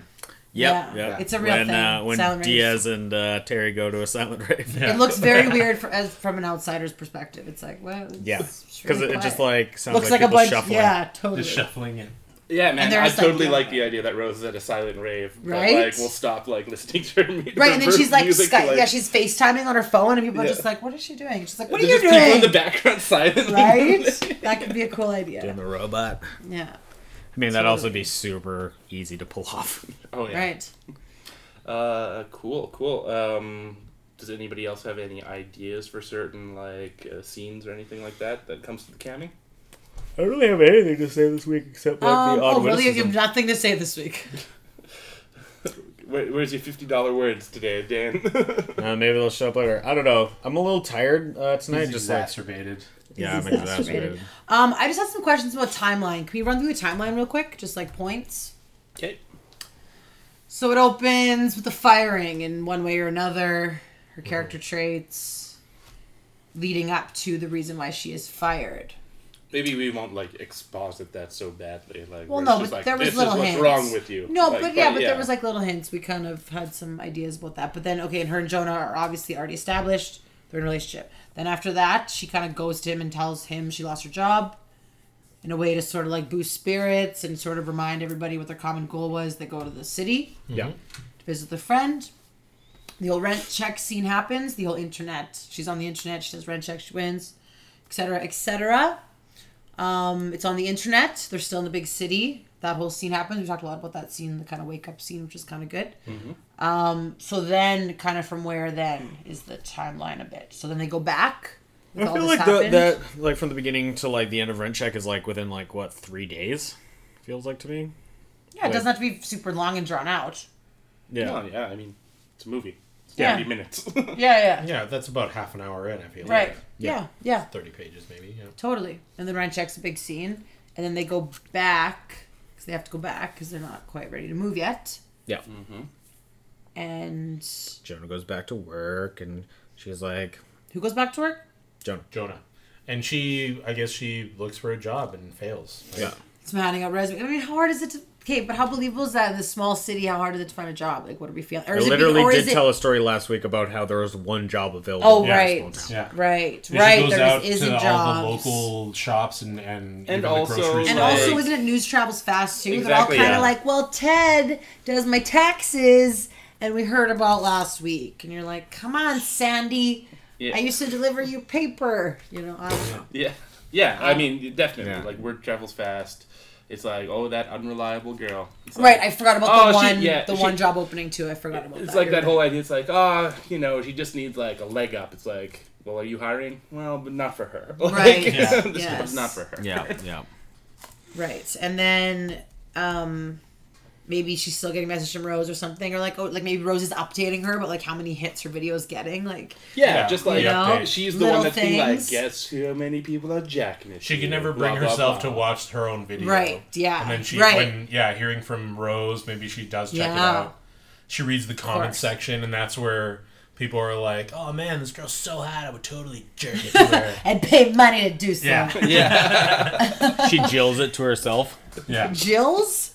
[SPEAKER 5] Yep.
[SPEAKER 2] Yeah.
[SPEAKER 5] yep.
[SPEAKER 2] It's a real
[SPEAKER 5] when,
[SPEAKER 2] thing.
[SPEAKER 5] Uh, when
[SPEAKER 2] Silent raves.
[SPEAKER 5] Diaz and uh, Terry go to a silent *laughs* rave.
[SPEAKER 1] Yeah.
[SPEAKER 2] It looks very weird for, as from an outsider's perspective. It's like well, it's-
[SPEAKER 5] Yeah.
[SPEAKER 2] it's
[SPEAKER 5] Because
[SPEAKER 2] really
[SPEAKER 5] it, it just
[SPEAKER 2] quiet.
[SPEAKER 5] like sounds
[SPEAKER 2] looks like
[SPEAKER 5] like,
[SPEAKER 2] a
[SPEAKER 5] people
[SPEAKER 2] bunch.
[SPEAKER 5] shuffling.
[SPEAKER 2] Yeah, totally.
[SPEAKER 1] Just shuffling it.
[SPEAKER 4] Yeah, man,
[SPEAKER 2] And they're
[SPEAKER 4] I
[SPEAKER 2] just like,
[SPEAKER 4] totally
[SPEAKER 2] yeah.
[SPEAKER 4] like the idea that Rose is at a silent rave. but,
[SPEAKER 2] Right?
[SPEAKER 4] like, we'll stop like listening to her music.
[SPEAKER 2] Right, and then
[SPEAKER 4] her
[SPEAKER 2] she's like,
[SPEAKER 4] music,
[SPEAKER 2] Sky,
[SPEAKER 4] like-
[SPEAKER 2] yeah, she's FaceTiming on her phone, and people are
[SPEAKER 4] Yeah.
[SPEAKER 2] just like, "What is she doing?" She's like, "What are
[SPEAKER 4] There's
[SPEAKER 2] you
[SPEAKER 4] just People
[SPEAKER 2] *laughs*
[SPEAKER 4] in the
[SPEAKER 2] doing?"
[SPEAKER 4] background silently.
[SPEAKER 2] Right? That could be a cool idea.
[SPEAKER 5] Doing the robot.
[SPEAKER 2] Yeah.
[SPEAKER 5] I mean, that'd also be super easy to pull off.
[SPEAKER 4] *laughs*
[SPEAKER 5] *laughs*
[SPEAKER 4] oh yeah.
[SPEAKER 2] Right.
[SPEAKER 4] Uh, cool, cool. Um, does anybody else have any ideas for certain like uh, scenes or anything like that that comes to the camming?
[SPEAKER 5] I don't really have anything to say this week except
[SPEAKER 2] Um, oh, really? You have nothing to say this week.
[SPEAKER 4] Where, where's your fifty dollar words today, Dan? *laughs*
[SPEAKER 5] Uh, maybe they'll show up later. I don't know. I'm a little tired uh, tonight.
[SPEAKER 1] He's
[SPEAKER 5] just like
[SPEAKER 1] exacerbated.
[SPEAKER 5] yeah, I'm
[SPEAKER 2] He's
[SPEAKER 5] exacerbated.
[SPEAKER 2] Um, I just had some questions about timeline. Can we run through the timeline real quick? Just like points.
[SPEAKER 4] okay.
[SPEAKER 2] So it opens with the firing in one way or another, her
[SPEAKER 4] Mm-hmm.
[SPEAKER 2] character traits leading up to the reason why she is fired.
[SPEAKER 4] Maybe we won't like exposit that so badly. Like,
[SPEAKER 2] Well,
[SPEAKER 4] where it's
[SPEAKER 2] no,
[SPEAKER 4] just
[SPEAKER 2] but
[SPEAKER 4] like,
[SPEAKER 2] there was
[SPEAKER 4] this
[SPEAKER 2] little
[SPEAKER 4] is what's
[SPEAKER 2] hints.
[SPEAKER 4] wrong with you.
[SPEAKER 2] No,
[SPEAKER 4] Like,
[SPEAKER 2] but yeah, but there was like little hints. We kind of had some ideas about that. But then, okay, and her and Jonah are obviously already established. They're in a relationship. Then after that, she kind of goes to him and tells him she lost her job, in a way to sort of like boost spirits and sort of remind everybody what their common goal was. They go to the city
[SPEAKER 5] Yeah.
[SPEAKER 2] to visit their friend. The whole rent check scene happens. The whole internet. She's on the internet. She does rent check. She wins, etc., etc. Um, it's on the internet. They're still in the big city. That whole scene happens. We talked a lot about that scene, the kind of wake up scene, which is kind of good. Um, so then, kind of from where then is the timeline a bit. So then they go back. With
[SPEAKER 5] I feel
[SPEAKER 2] this
[SPEAKER 5] like the,
[SPEAKER 2] happened.
[SPEAKER 5] that, like from the beginning to like the end of rent check is like within like what three days, feels like to me.
[SPEAKER 2] yeah, it doesn't have to be super long and drawn out.
[SPEAKER 5] Yeah.
[SPEAKER 4] No, yeah, I mean, it's a movie. It's
[SPEAKER 2] Yeah.
[SPEAKER 4] 90 minutes. *laughs*
[SPEAKER 2] Yeah,
[SPEAKER 1] Yeah, that's about half an hour in. I feel
[SPEAKER 2] Right.
[SPEAKER 1] like.
[SPEAKER 2] Yeah. yeah.
[SPEAKER 1] Thirty pages maybe. Yeah.
[SPEAKER 2] Totally. And then Ryan checks a big scene, and then they go back because they have to go back because they're not quite ready to move yet.
[SPEAKER 5] Yeah.
[SPEAKER 2] And
[SPEAKER 5] Jonah goes back to work and she's like,
[SPEAKER 2] who goes back to work?
[SPEAKER 5] Jonah.
[SPEAKER 1] Jonah, and she, I guess she looks for a job and fails. right?
[SPEAKER 5] Yeah.
[SPEAKER 2] It's handing out resumes. I mean, how hard is it to? Okay, but how believable is that in this small city? How hard is it to find a job? Like, what are we feeling? Or
[SPEAKER 5] I
[SPEAKER 2] is it
[SPEAKER 5] literally
[SPEAKER 2] or
[SPEAKER 5] did
[SPEAKER 2] is it-
[SPEAKER 5] tell a story last week about how there was one job available.
[SPEAKER 2] Oh,
[SPEAKER 5] in this
[SPEAKER 2] right.
[SPEAKER 5] small town.
[SPEAKER 1] Yeah.
[SPEAKER 2] Right,
[SPEAKER 1] And She
[SPEAKER 2] right.
[SPEAKER 1] goes
[SPEAKER 2] There
[SPEAKER 1] out
[SPEAKER 2] just isn't
[SPEAKER 1] to
[SPEAKER 2] jobs.
[SPEAKER 1] all the local shops and and, even
[SPEAKER 4] also,
[SPEAKER 1] the grocery
[SPEAKER 2] And
[SPEAKER 1] store.
[SPEAKER 2] also,
[SPEAKER 4] Like-
[SPEAKER 2] isn't it news travels fast too? They're all
[SPEAKER 4] Exactly,
[SPEAKER 2] kind of
[SPEAKER 4] yeah.
[SPEAKER 2] like, well, Ted does my taxes, and we heard about last week. And you're like, come on, Sandy.
[SPEAKER 4] Yeah.
[SPEAKER 2] I used to deliver you paper. You know, um, I don't know.
[SPEAKER 4] Yeah, yeah. I mean, definitely.
[SPEAKER 5] Yeah.
[SPEAKER 4] Like word travels fast. It's like, oh, that unreliable girl. It's
[SPEAKER 2] right.
[SPEAKER 4] Like,
[SPEAKER 2] I forgot about the
[SPEAKER 4] Oh, she-
[SPEAKER 2] one,
[SPEAKER 4] yeah,
[SPEAKER 2] the
[SPEAKER 4] she-
[SPEAKER 2] one job opening too. I forgot about
[SPEAKER 4] it's
[SPEAKER 2] that.
[SPEAKER 4] like
[SPEAKER 2] You're
[SPEAKER 4] that whole idea. It's like, ah, you know, she just needs like a leg up. It's like, well, are you hiring? Well, but not for her. *laughs* Like,
[SPEAKER 2] Right.
[SPEAKER 1] Yeah.
[SPEAKER 4] this
[SPEAKER 2] Yes.
[SPEAKER 4] one's not for her.
[SPEAKER 5] Yeah. Yeah.
[SPEAKER 2] Right. And then um maybe she's still getting messages from Rose or something, or like oh like maybe Rose is updating her about like how many hits her video is getting. Like
[SPEAKER 4] Yeah,
[SPEAKER 1] Yeah.
[SPEAKER 4] just like
[SPEAKER 1] You know?
[SPEAKER 4] she's the
[SPEAKER 2] Little
[SPEAKER 4] one that's being like,
[SPEAKER 2] things.
[SPEAKER 4] guess how many people are jacking it.
[SPEAKER 1] She
[SPEAKER 4] here,
[SPEAKER 1] could never
[SPEAKER 4] blah,
[SPEAKER 1] bring
[SPEAKER 4] blah,
[SPEAKER 1] herself
[SPEAKER 4] blah.
[SPEAKER 1] to watch her own video.
[SPEAKER 2] Right, yeah,
[SPEAKER 1] And then she,
[SPEAKER 2] right.
[SPEAKER 1] when, yeah, hearing from Rose, maybe she does check it
[SPEAKER 2] Yeah.
[SPEAKER 1] out. She reads the comment
[SPEAKER 2] course.
[SPEAKER 1] section, and that's where people are like, "Oh man, this girl's so hot, I would totally jerk it."
[SPEAKER 4] *laughs*
[SPEAKER 1] to her."
[SPEAKER 2] I'd pay money to do so.
[SPEAKER 1] yeah, *laughs*
[SPEAKER 4] Yeah,
[SPEAKER 5] *laughs* She jills it to herself.
[SPEAKER 1] yeah.
[SPEAKER 2] Jill's?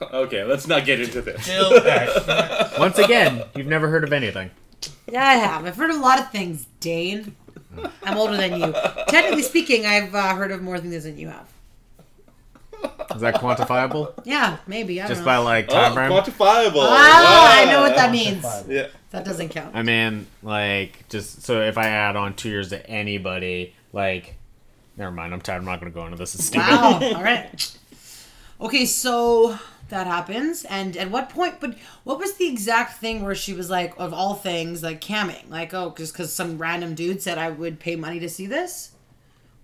[SPEAKER 4] okay, let's not get into
[SPEAKER 1] *laughs*
[SPEAKER 4] this. *laughs*
[SPEAKER 1] Jill, eh,
[SPEAKER 5] Once again, you've never heard of anything.
[SPEAKER 2] Yeah, I have. I've heard a lot of things, Dane. I'm older than you. Technically speaking, I've uh, heard of more things than you have.
[SPEAKER 5] Is that quantifiable?
[SPEAKER 2] Yeah, maybe. I don't
[SPEAKER 5] Just
[SPEAKER 2] know.
[SPEAKER 5] by like
[SPEAKER 4] Oh,
[SPEAKER 5] time frame?
[SPEAKER 4] quantifiable.
[SPEAKER 2] ah, I
[SPEAKER 4] Wow.
[SPEAKER 2] know what that means.
[SPEAKER 4] Yeah.
[SPEAKER 2] That doesn't count.
[SPEAKER 5] I mean, like, just so if I add on two years to anybody, like, never mind. I'm tired. I'm not going to go into this. It's stupid.
[SPEAKER 2] Wow. All right. Okay, so that happens, and at what point? But what was the exact thing where she was like, of all things, like camming, like oh, just because some random dude said I would pay money to see this.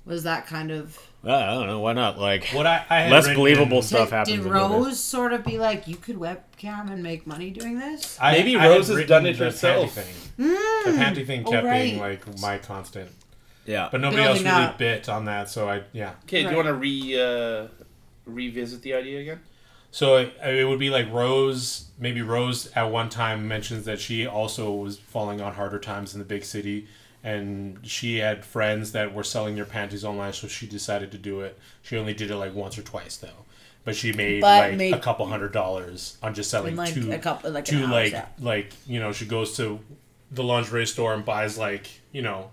[SPEAKER 2] Was that kind of
[SPEAKER 5] Well, *laughs* I don't know. Why not? Like,
[SPEAKER 1] What I, I had
[SPEAKER 5] less
[SPEAKER 1] written
[SPEAKER 5] believable
[SPEAKER 1] in-
[SPEAKER 5] stuff
[SPEAKER 2] did,
[SPEAKER 5] happens.
[SPEAKER 2] did
[SPEAKER 5] in
[SPEAKER 2] Rose
[SPEAKER 5] movies.
[SPEAKER 2] sort of be like, you could webcam and make money doing this?
[SPEAKER 1] I-
[SPEAKER 4] Maybe
[SPEAKER 1] I had
[SPEAKER 4] Rose has
[SPEAKER 1] written
[SPEAKER 4] done it
[SPEAKER 1] the
[SPEAKER 4] herself.
[SPEAKER 1] Panty thing. The panty thing
[SPEAKER 2] oh,
[SPEAKER 1] kept being
[SPEAKER 2] right.
[SPEAKER 1] like my constant,
[SPEAKER 5] Yeah.
[SPEAKER 1] but nobody
[SPEAKER 2] Building
[SPEAKER 1] else really
[SPEAKER 2] up.
[SPEAKER 1] bit on that. So I yeah.
[SPEAKER 4] Okay, do
[SPEAKER 2] Right.
[SPEAKER 4] you want to re uh, revisit the idea again? *laughs*
[SPEAKER 1] So it, it would be like Rose. Maybe Rose at one time mentions that she also was falling on harder times in the big city, and she had friends that were selling their panties online. So she decided to do it. She only did it like once or twice though, but she made
[SPEAKER 2] But
[SPEAKER 1] like
[SPEAKER 2] made-
[SPEAKER 1] a couple hundred dollars on just selling
[SPEAKER 2] In, like,
[SPEAKER 1] two,
[SPEAKER 2] a couple- like, an
[SPEAKER 1] two
[SPEAKER 2] hour,
[SPEAKER 1] like
[SPEAKER 2] yeah.
[SPEAKER 1] like you know she goes to the lingerie store and buys like you know.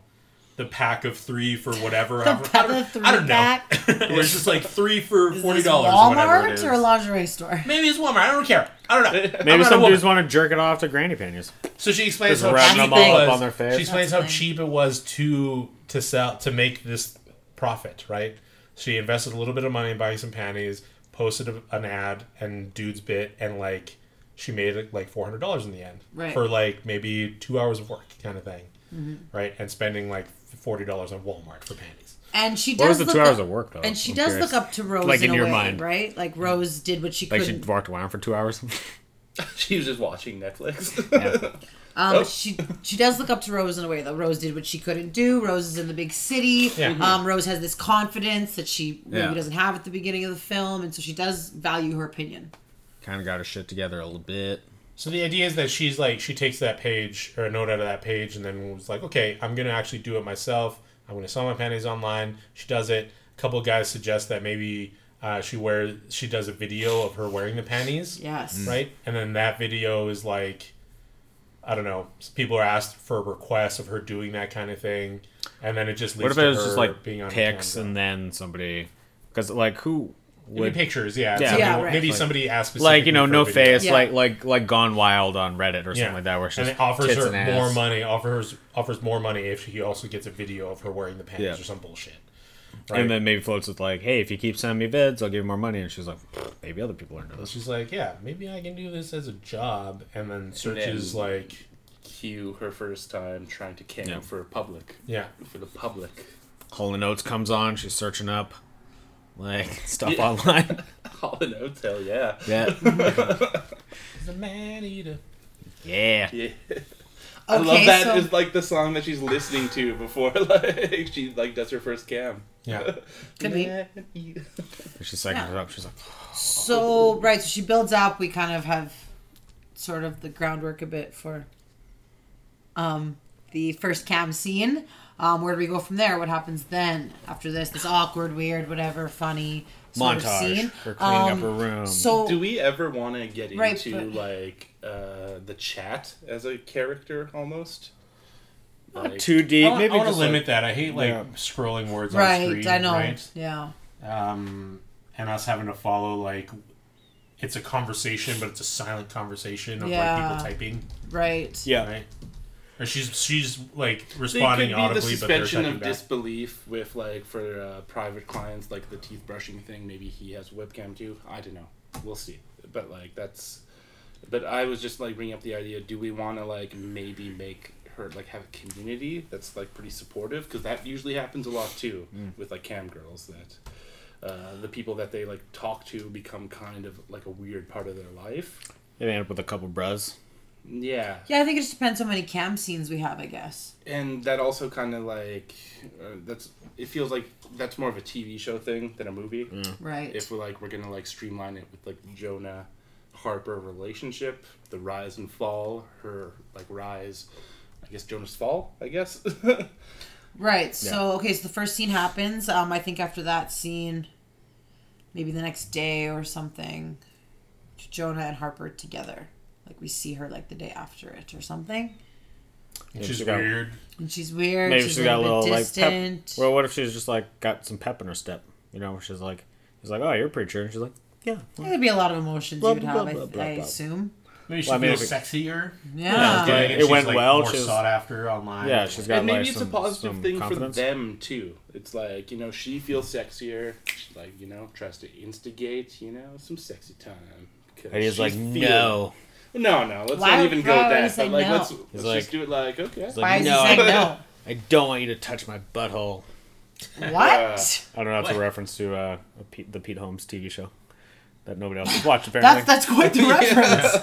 [SPEAKER 1] The pack of three for whatever.
[SPEAKER 2] *laughs* The
[SPEAKER 1] however-
[SPEAKER 2] pack
[SPEAKER 1] I don't,
[SPEAKER 2] of three
[SPEAKER 1] I don't
[SPEAKER 2] pack?
[SPEAKER 1] *laughs* know. Where it's just like three for
[SPEAKER 2] Is
[SPEAKER 1] forty
[SPEAKER 2] this
[SPEAKER 1] dollars. or whatever it
[SPEAKER 2] Walmart
[SPEAKER 1] is.
[SPEAKER 2] or a lingerie store?
[SPEAKER 1] Maybe it's Walmart. I don't care. I don't
[SPEAKER 5] *laughs*
[SPEAKER 1] know. I'm
[SPEAKER 5] Maybe
[SPEAKER 1] not a
[SPEAKER 5] some
[SPEAKER 1] woman.
[SPEAKER 5] dudes want to jerk it off to granny panties.
[SPEAKER 1] So she explains
[SPEAKER 5] Just
[SPEAKER 1] how
[SPEAKER 5] wrap
[SPEAKER 1] cheap
[SPEAKER 2] them
[SPEAKER 1] it
[SPEAKER 2] all
[SPEAKER 5] up
[SPEAKER 1] was.
[SPEAKER 5] on their face.
[SPEAKER 1] She explains
[SPEAKER 2] That's
[SPEAKER 1] how
[SPEAKER 2] fine.
[SPEAKER 1] cheap it was to to sell to make this profit. Right. She invested a little bit of money in buying some panties, posted a, an ad, and dudes bit, and like she made like four hundred dollars in the end
[SPEAKER 2] Right.
[SPEAKER 1] for like maybe two hours of work, kind of thing. Right, and spending like forty dollars on Walmart for panties.
[SPEAKER 2] And she does
[SPEAKER 5] What was the
[SPEAKER 2] look
[SPEAKER 5] two hours
[SPEAKER 2] up,
[SPEAKER 5] of work though?
[SPEAKER 2] And she
[SPEAKER 5] I'm
[SPEAKER 2] does
[SPEAKER 5] curious.
[SPEAKER 2] look up to Rose
[SPEAKER 5] Like,
[SPEAKER 2] in,
[SPEAKER 5] in
[SPEAKER 2] a
[SPEAKER 5] your
[SPEAKER 2] way,
[SPEAKER 5] mind.
[SPEAKER 2] right? Like Rose did what she
[SPEAKER 5] Like she
[SPEAKER 2] couldn't.
[SPEAKER 5] walked around for two hours. *laughs*
[SPEAKER 4] She was just watching Netflix. *laughs*
[SPEAKER 5] yeah. Oh.
[SPEAKER 2] Um, she she does look up to Rose in a way though. Rose did what she couldn't do. Rose is in the big city.
[SPEAKER 1] Yeah.
[SPEAKER 2] Um, Rose has this confidence that she maybe
[SPEAKER 5] Mm-hmm. Yeah.
[SPEAKER 2] doesn't have at the beginning of the film, and so she does value her opinion.
[SPEAKER 5] Kind of got her shit together a little bit.
[SPEAKER 1] So the idea is that she's like she takes that page or a note out of that page and then was like, okay, I'm gonna actually do it myself. I'm gonna sell my panties online. She does it. A couple guys suggest that maybe uh, she wears she does a video of her wearing the panties,
[SPEAKER 2] Yes.
[SPEAKER 5] Mm.
[SPEAKER 1] right? And then that video is like, I don't know. People are asked for requests of her doing that kind of thing, and then it just
[SPEAKER 5] What
[SPEAKER 1] leads
[SPEAKER 5] if
[SPEAKER 1] to
[SPEAKER 5] it was
[SPEAKER 1] her
[SPEAKER 5] just like
[SPEAKER 1] being on
[SPEAKER 5] pics
[SPEAKER 1] camera.
[SPEAKER 5] and then somebody? Because like who
[SPEAKER 1] maybe
[SPEAKER 5] would
[SPEAKER 1] pictures, yeah,
[SPEAKER 5] Yeah.
[SPEAKER 1] Somebody-
[SPEAKER 2] Yeah, right.
[SPEAKER 1] Maybe
[SPEAKER 5] Like-
[SPEAKER 1] somebody asked
[SPEAKER 5] like you know
[SPEAKER 1] specifically for
[SPEAKER 5] no
[SPEAKER 1] a video.
[SPEAKER 5] face
[SPEAKER 2] Yeah.
[SPEAKER 5] like like like gone wild on Reddit or something like that where she's
[SPEAKER 1] and it offers
[SPEAKER 5] tits
[SPEAKER 1] her
[SPEAKER 5] and ass.
[SPEAKER 1] more money, offers offers more money if she also gets a video of her wearing the pants
[SPEAKER 5] Yeah.
[SPEAKER 1] or some bullshit.
[SPEAKER 5] and then maybe floats with like hey if you keep sending me vids I'll give you more money and she's like "Pfft, maybe other people are into this
[SPEAKER 1] She's like, yeah, maybe I can do this as a job, and then searches
[SPEAKER 4] then-
[SPEAKER 1] like,
[SPEAKER 4] Cue her first time trying to cam
[SPEAKER 5] Yeah.
[SPEAKER 4] for public.
[SPEAKER 1] yeah,
[SPEAKER 4] For the public. *laughs*
[SPEAKER 5] Hall and Oates comes on she's searching up like *laughs* stuff
[SPEAKER 4] Yeah.
[SPEAKER 1] *laughs*
[SPEAKER 5] online
[SPEAKER 4] All in hotel, yeah.
[SPEAKER 5] yeah
[SPEAKER 1] the man eater.
[SPEAKER 5] yeah
[SPEAKER 4] Yeah.
[SPEAKER 2] Okay,
[SPEAKER 4] I love that
[SPEAKER 2] so
[SPEAKER 4] is like the song that she's listening to before *laughs* like she like does her first cam.
[SPEAKER 1] Yeah,
[SPEAKER 2] could be.
[SPEAKER 5] she's psyching
[SPEAKER 2] Yeah.
[SPEAKER 5] it up she's like
[SPEAKER 2] So right, so she builds up. We kind of have sort of the groundwork a bit for um the first cam scene. Um, where do we go from there? What happens then after this? This awkward, weird, whatever, funny sort of
[SPEAKER 5] montage
[SPEAKER 2] scene.
[SPEAKER 5] for cleaning up
[SPEAKER 2] Um,
[SPEAKER 5] her room
[SPEAKER 2] So
[SPEAKER 4] Do we ever want to get
[SPEAKER 2] Right,
[SPEAKER 4] into
[SPEAKER 2] but-
[SPEAKER 4] like uh, the chat as a character almost? Like,
[SPEAKER 5] too deep
[SPEAKER 1] I
[SPEAKER 5] maybe
[SPEAKER 1] want to
[SPEAKER 5] just,
[SPEAKER 1] limit
[SPEAKER 5] like,
[SPEAKER 1] that. I hate like
[SPEAKER 5] Yeah.
[SPEAKER 1] scrolling words
[SPEAKER 2] right,
[SPEAKER 1] on screen.
[SPEAKER 2] I know.
[SPEAKER 1] Right,
[SPEAKER 2] Yeah.
[SPEAKER 1] um, and us having to follow like. It's a conversation, but it's a silent conversation of
[SPEAKER 2] Yeah.
[SPEAKER 1] like people typing,
[SPEAKER 2] Right.
[SPEAKER 5] yeah
[SPEAKER 1] right? Or she's she's like
[SPEAKER 4] They could
[SPEAKER 1] responding
[SPEAKER 4] be the
[SPEAKER 1] audibly, but they're
[SPEAKER 4] suspension
[SPEAKER 1] typing
[SPEAKER 4] of
[SPEAKER 1] back.
[SPEAKER 4] disbelief with like for uh, private clients, like the teeth brushing thing. Maybe he has webcam too. I don't know. We'll see. But like that's. But I was just like bringing up the idea. Do we want to like maybe make her like have a community that's like pretty supportive? Because that usually happens a lot too
[SPEAKER 1] Hmm.
[SPEAKER 4] with like cam girls that. Uh, the people that they like talk to become kind of like a weird part of their life.
[SPEAKER 5] they end up with a couple bros
[SPEAKER 4] Yeah,
[SPEAKER 2] Yeah, I think it just depends how many cam scenes we have, I guess.
[SPEAKER 4] and that also kind of like uh, that's it feels like that's more of a TV show thing than a movie.
[SPEAKER 5] Mm.
[SPEAKER 2] Right.
[SPEAKER 4] If we're like we're gonna like streamline it with like Jonah Harper relationship, the rise and fall, her like rise, I guess Jonah's fall, I guess. *laughs*
[SPEAKER 2] right. So okay, so the first scene happens. Um, I think after that scene, maybe the next day or something, Jonah and Harper together. Like we see her like the day after it or something,
[SPEAKER 1] She's
[SPEAKER 5] She got-
[SPEAKER 1] weird.
[SPEAKER 2] and she's weird.
[SPEAKER 5] Maybe
[SPEAKER 2] she's
[SPEAKER 5] she's got a little
[SPEAKER 2] bit
[SPEAKER 5] like pep.
[SPEAKER 2] distant.
[SPEAKER 5] Well, what if she's just like got some pep in her step? You know, she's like, He's like, "Oh, you're a preacher," and she's like, "Yeah."
[SPEAKER 2] There'd be a lot of emotions
[SPEAKER 5] Blah,
[SPEAKER 2] you would
[SPEAKER 5] blah,
[SPEAKER 2] have,
[SPEAKER 5] blah,
[SPEAKER 2] I,
[SPEAKER 5] blah,
[SPEAKER 2] I
[SPEAKER 5] blah.
[SPEAKER 2] assume.
[SPEAKER 1] Maybe she's
[SPEAKER 5] Well, I mean,
[SPEAKER 1] a
[SPEAKER 5] if
[SPEAKER 1] little sexier.
[SPEAKER 2] Yeah.
[SPEAKER 5] Yeah,
[SPEAKER 1] Okay, and
[SPEAKER 5] it went well,
[SPEAKER 1] More
[SPEAKER 5] she was-
[SPEAKER 1] sought after online.
[SPEAKER 5] Yeah, she's got
[SPEAKER 4] And maybe
[SPEAKER 5] like,
[SPEAKER 4] it's
[SPEAKER 5] some,
[SPEAKER 4] a positive
[SPEAKER 5] some
[SPEAKER 4] thing
[SPEAKER 5] confidence.
[SPEAKER 4] for them too. It's like you know she feels sexier, like you know tries to instigate you know some sexy time. 'cause
[SPEAKER 5] And he's
[SPEAKER 4] she's
[SPEAKER 5] like,
[SPEAKER 4] feeling-
[SPEAKER 5] "No."
[SPEAKER 4] no, no. Let's
[SPEAKER 2] Why
[SPEAKER 4] not
[SPEAKER 2] would-
[SPEAKER 4] even go
[SPEAKER 2] why would I
[SPEAKER 4] that.
[SPEAKER 2] say
[SPEAKER 4] But like,
[SPEAKER 2] no?
[SPEAKER 4] let's,
[SPEAKER 2] He's
[SPEAKER 4] let's
[SPEAKER 5] like-
[SPEAKER 4] just do it like okay.
[SPEAKER 5] He's like,
[SPEAKER 2] Why is
[SPEAKER 5] "No,
[SPEAKER 2] he saying
[SPEAKER 5] I, *laughs*
[SPEAKER 2] no?
[SPEAKER 5] I don't want you to touch my butthole."
[SPEAKER 2] What?
[SPEAKER 5] I don't know. That's a reference to uh, a Pete, the Pete Holmes TV show that nobody else has watched. Apparently,
[SPEAKER 2] That's that's
[SPEAKER 5] *laughs*
[SPEAKER 2] quite the reference.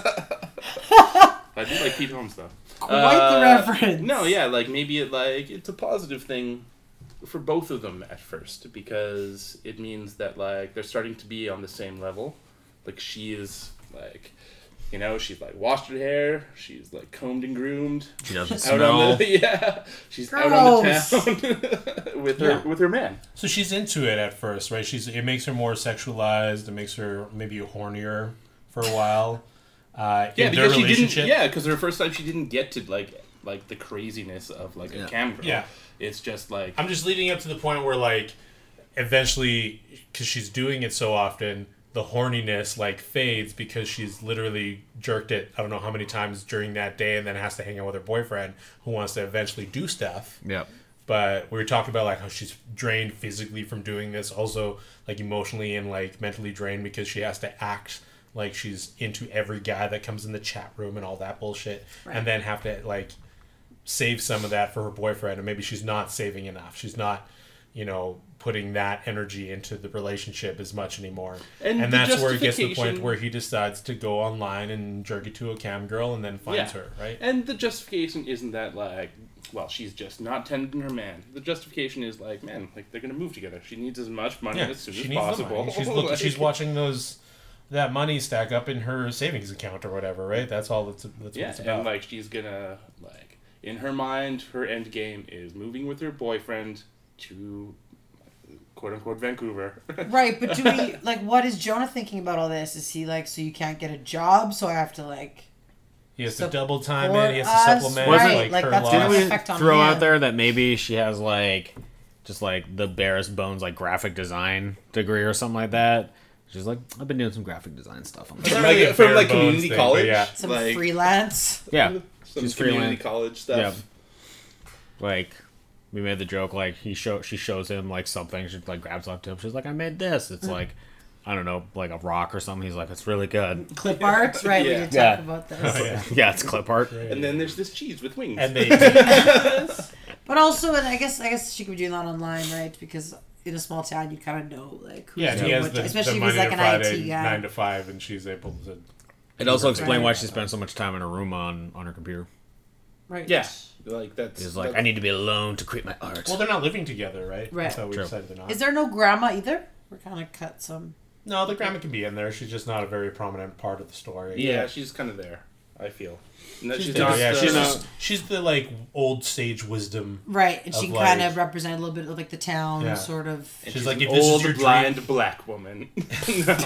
[SPEAKER 4] I do like Pete Holmes though.
[SPEAKER 2] Quite the
[SPEAKER 5] Uh,
[SPEAKER 2] reference.
[SPEAKER 4] No, yeah, like maybe it like it's a positive thing for both of them at first because it means that like they're starting to be on the same level. Like she is like you know, she's like washed her hair, she's like combed and groomed.
[SPEAKER 2] *laughs*
[SPEAKER 5] she doesn't
[SPEAKER 4] Out on the *laughs* yeah. She's out on the town *laughs* with her
[SPEAKER 5] Yeah.
[SPEAKER 4] with her man.
[SPEAKER 1] So she's into it at first, right? She's it makes her more sexualized. It makes her maybe hornier for a while. Uh,
[SPEAKER 4] Yeah,
[SPEAKER 1] in their
[SPEAKER 4] because she
[SPEAKER 1] relationship.
[SPEAKER 4] didn't Yeah, because her first time she didn't get to like like the craziness of like a cam girl.
[SPEAKER 1] Yeah.
[SPEAKER 4] It's just like
[SPEAKER 1] I'm just leading up to the point where like eventually because she's doing it so often the horniness like fades because she's literally jerked it i don't know how many times during that day and then has to hang out with her boyfriend who wants to eventually do stuff
[SPEAKER 5] Yep.
[SPEAKER 1] but we were talking about like how she's drained physically from doing this also like emotionally and like mentally drained because she has to act like she's into every guy that comes in the chat room and all that bullshit
[SPEAKER 2] Right.
[SPEAKER 1] and then have to like save some of that for her boyfriend and maybe she's not saving enough she's not you know putting that energy into the relationship as much anymore
[SPEAKER 4] And
[SPEAKER 1] and,
[SPEAKER 4] the
[SPEAKER 1] that's where it gets to the point
[SPEAKER 4] justification-
[SPEAKER 1] where he decides to go online and jerk it to a cam girl and then finds her right
[SPEAKER 4] And the justification isn't that like, well, she's just not tending her man. The justification is like, man, like they're gonna move together. She needs as much money
[SPEAKER 1] Yeah,
[SPEAKER 4] as soon
[SPEAKER 1] she
[SPEAKER 4] as
[SPEAKER 1] needs The
[SPEAKER 4] possible. *laughs*
[SPEAKER 1] money. She's look,
[SPEAKER 4] Like-
[SPEAKER 1] she's watching those that money stack up in her savings account or whatever, right? That's all that's that's what
[SPEAKER 4] Yeah,
[SPEAKER 1] it's
[SPEAKER 4] and
[SPEAKER 1] about.
[SPEAKER 4] like she's gonna like in her mind, her end game is moving with her boyfriend to quote unquote Vancouver. *laughs*
[SPEAKER 2] Right, but do we like what is Jonah thinking about all this? Is he like so you can't get a job, so I have to like
[SPEAKER 1] he has to
[SPEAKER 2] sup-
[SPEAKER 1] double time
[SPEAKER 2] for
[SPEAKER 1] in, he has
[SPEAKER 2] us,
[SPEAKER 1] to supplement
[SPEAKER 2] right,
[SPEAKER 1] like,
[SPEAKER 2] like,
[SPEAKER 1] her
[SPEAKER 2] that's
[SPEAKER 1] loss.
[SPEAKER 2] the
[SPEAKER 5] Didn't we
[SPEAKER 2] effect on
[SPEAKER 5] throw
[SPEAKER 2] him.
[SPEAKER 5] out there that maybe she has like just like the barest bones like graphic design degree or something like that? She's like, I've been doing some graphic design stuff. I'm like,
[SPEAKER 1] From, like, a bare bones thing, but yeah.
[SPEAKER 2] some
[SPEAKER 4] like, *laughs*
[SPEAKER 2] freelance?
[SPEAKER 5] yeah,
[SPEAKER 4] some
[SPEAKER 5] she's
[SPEAKER 4] community
[SPEAKER 5] freelance.
[SPEAKER 4] college
[SPEAKER 5] Yeah,
[SPEAKER 4] stuff.
[SPEAKER 5] like we made the joke like he show she shows him like something. She like grabs onto him. She's like, I made this. It's
[SPEAKER 2] Mm.
[SPEAKER 5] like I don't know, like a rock or something. He's like, it's really good. *laughs*
[SPEAKER 2] Clip arts, right? We
[SPEAKER 4] Yeah.
[SPEAKER 2] did talk
[SPEAKER 5] Yeah.
[SPEAKER 2] about this.
[SPEAKER 1] Oh,
[SPEAKER 5] yeah, it's clip art.
[SPEAKER 4] And then there's this cheese with wings.
[SPEAKER 1] And
[SPEAKER 2] *laughs*
[SPEAKER 1] they
[SPEAKER 2] But also and I guess I guess she could be doing that online, right? Because in a small town you kinda know like who's
[SPEAKER 1] yeah, and he
[SPEAKER 2] doing
[SPEAKER 1] has
[SPEAKER 2] what,
[SPEAKER 1] the,
[SPEAKER 2] especially
[SPEAKER 1] the
[SPEAKER 2] if he's
[SPEAKER 1] Monday
[SPEAKER 2] like
[SPEAKER 1] to
[SPEAKER 2] an
[SPEAKER 1] Friday
[SPEAKER 2] IT guy.
[SPEAKER 1] nine to five, and she's able to.
[SPEAKER 5] It also
[SPEAKER 1] Right.
[SPEAKER 5] explained why she spends so much time in her room on on her computer.
[SPEAKER 2] Right.
[SPEAKER 4] yeah, like that's
[SPEAKER 5] She's like,
[SPEAKER 4] that's-
[SPEAKER 5] I need to be alone to create my art.
[SPEAKER 1] Well, they're not living together, right?
[SPEAKER 2] Right.
[SPEAKER 1] So we
[SPEAKER 5] True.
[SPEAKER 1] decided they're not.
[SPEAKER 2] Is there no grandma either? We're kinda cut some
[SPEAKER 1] no, the grandma can be in there. She's just not a very prominent part of the story.
[SPEAKER 4] Yeah, she's kind of there. I feel. And that
[SPEAKER 1] She's,
[SPEAKER 4] she's
[SPEAKER 1] not-
[SPEAKER 4] just,
[SPEAKER 1] yeah,
[SPEAKER 4] uh,
[SPEAKER 1] she's, just- she's the like old sage wisdom.
[SPEAKER 2] Right, and she
[SPEAKER 1] Of,
[SPEAKER 2] can kind
[SPEAKER 1] like-
[SPEAKER 2] of represent a little bit of like the town
[SPEAKER 1] Yeah.
[SPEAKER 2] sort
[SPEAKER 1] *laughs*
[SPEAKER 2] of
[SPEAKER 1] She's like,
[SPEAKER 4] an
[SPEAKER 1] if this is
[SPEAKER 4] old
[SPEAKER 1] your dream-
[SPEAKER 4] blind black *laughs* woman. no.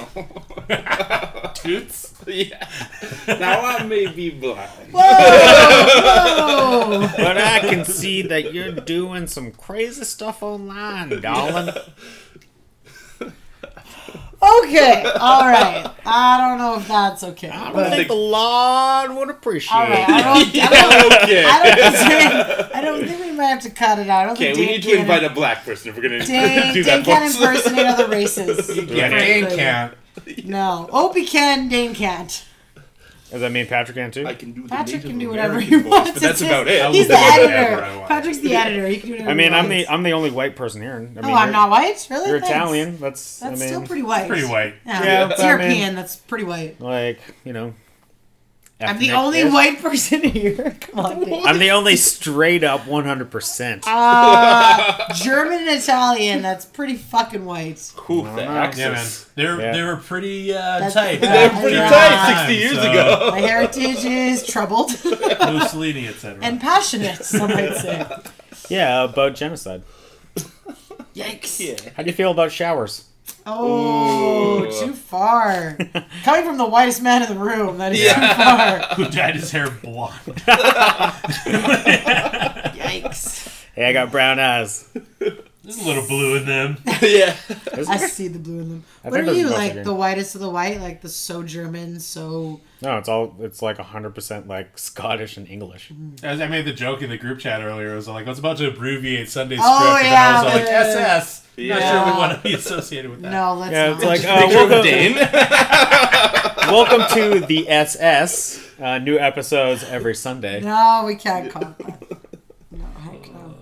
[SPEAKER 1] Toots.
[SPEAKER 4] yeah. Now I may be blind.
[SPEAKER 2] *laughs* Oh
[SPEAKER 4] *laughs*
[SPEAKER 5] But I can see that you're doing some crazy stuff
[SPEAKER 4] *laughs*
[SPEAKER 5] online, darling.
[SPEAKER 2] Okay, alright. I don't know if that's okay.
[SPEAKER 5] I
[SPEAKER 2] but-
[SPEAKER 5] don't think the Lord would appreciate
[SPEAKER 2] All right, I
[SPEAKER 5] it.
[SPEAKER 2] don't, I don't,
[SPEAKER 4] *laughs* okay.
[SPEAKER 2] I don't think, I don't think we might have to cut it out. I don't
[SPEAKER 4] Okay,
[SPEAKER 2] think
[SPEAKER 4] we
[SPEAKER 2] Dan
[SPEAKER 4] need to
[SPEAKER 2] can-
[SPEAKER 4] invite a *laughs* black person if we're gonna
[SPEAKER 2] Dan,
[SPEAKER 4] do
[SPEAKER 2] Dan
[SPEAKER 4] that.
[SPEAKER 2] can't
[SPEAKER 4] once.
[SPEAKER 2] impersonate
[SPEAKER 4] *laughs*
[SPEAKER 2] other races.
[SPEAKER 1] Yeah, Dan
[SPEAKER 2] frankly.
[SPEAKER 1] can't.
[SPEAKER 2] No, Opie can, Dane can't.
[SPEAKER 5] Does that mean Patrick can too?
[SPEAKER 4] I can do the
[SPEAKER 2] Patrick
[SPEAKER 4] Native
[SPEAKER 2] can do whatever he
[SPEAKER 4] American voice,
[SPEAKER 2] wants.
[SPEAKER 4] but that's
[SPEAKER 2] It's his-
[SPEAKER 4] about it.
[SPEAKER 1] will
[SPEAKER 2] He's
[SPEAKER 1] do
[SPEAKER 2] the
[SPEAKER 1] whatever I
[SPEAKER 2] editor.
[SPEAKER 1] want.
[SPEAKER 2] Patrick's the editor. He can do whatever
[SPEAKER 5] I mean,
[SPEAKER 2] he
[SPEAKER 5] I'm the
[SPEAKER 2] wants.
[SPEAKER 5] I'm the only white person here. and- I mean,
[SPEAKER 2] oh, I'm
[SPEAKER 5] you're-
[SPEAKER 2] not white. Really?
[SPEAKER 5] You're
[SPEAKER 2] Thanks.
[SPEAKER 5] Italian. That's
[SPEAKER 2] That's
[SPEAKER 5] I mean,
[SPEAKER 2] still pretty white. *laughs*
[SPEAKER 1] Pretty white.
[SPEAKER 2] Yeah,
[SPEAKER 5] Yeah,
[SPEAKER 2] it's
[SPEAKER 5] but I mean-
[SPEAKER 2] European. That's pretty white.
[SPEAKER 5] like you know.
[SPEAKER 2] I'm the
[SPEAKER 5] ethnic-ish.
[SPEAKER 2] only white *laughs* person here. Come on,
[SPEAKER 5] *laughs*
[SPEAKER 2] Dane.
[SPEAKER 5] I'm the only straight up 100. percent
[SPEAKER 2] Uh, German and Italian. That's pretty fucking white.
[SPEAKER 4] Whew, the
[SPEAKER 1] Yeah, man.
[SPEAKER 4] accents.
[SPEAKER 1] They're
[SPEAKER 5] Yeah.
[SPEAKER 1] they were pretty uh,
[SPEAKER 2] That's-
[SPEAKER 1] tight.
[SPEAKER 2] They were
[SPEAKER 1] back
[SPEAKER 2] pretty
[SPEAKER 1] during
[SPEAKER 2] tight
[SPEAKER 1] that time,
[SPEAKER 4] 60 years
[SPEAKER 1] so *laughs*
[SPEAKER 4] ago.
[SPEAKER 2] My heritage is troubled *laughs*
[SPEAKER 1] Mussolini, etc.
[SPEAKER 2] and passionate, some might say.
[SPEAKER 5] Yeah, about genocide.
[SPEAKER 2] Yikes.
[SPEAKER 5] How do you feel about showers?
[SPEAKER 2] Oh,
[SPEAKER 4] Ooh.
[SPEAKER 2] too far. Coming from the whitest man in the room, that is too
[SPEAKER 1] *laughs* who dyed his hair blonde?
[SPEAKER 2] far. Yikes.
[SPEAKER 5] Hey, I got brown eyes.
[SPEAKER 1] There's a little blue in them.
[SPEAKER 4] yeah.
[SPEAKER 2] I see the blue in them.
[SPEAKER 5] I
[SPEAKER 2] what
[SPEAKER 5] think
[SPEAKER 2] are
[SPEAKER 5] there's
[SPEAKER 2] you
[SPEAKER 5] a bunch
[SPEAKER 2] like?
[SPEAKER 5] of
[SPEAKER 2] The
[SPEAKER 5] green.
[SPEAKER 2] whitest of the white, like the so German, so
[SPEAKER 5] No, it's all it's like hundred percent like Scottish and English.
[SPEAKER 1] As I made the joke in the group chat earlier, I was like, I was about to abbreviate Sunday's
[SPEAKER 2] Oh,
[SPEAKER 1] script, and I
[SPEAKER 2] yeah,
[SPEAKER 1] was all like,
[SPEAKER 2] but-
[SPEAKER 1] SS. Not
[SPEAKER 4] Yeah.
[SPEAKER 1] sure we want to be associated with that.
[SPEAKER 2] no. Let's
[SPEAKER 5] Yeah,
[SPEAKER 2] not.
[SPEAKER 5] it's like uh,
[SPEAKER 4] Picture of
[SPEAKER 5] welcome,
[SPEAKER 4] Dane.
[SPEAKER 5] welcome to the SS. Uh, new episodes every Sunday.
[SPEAKER 2] no, we can't call it that. No, heck no.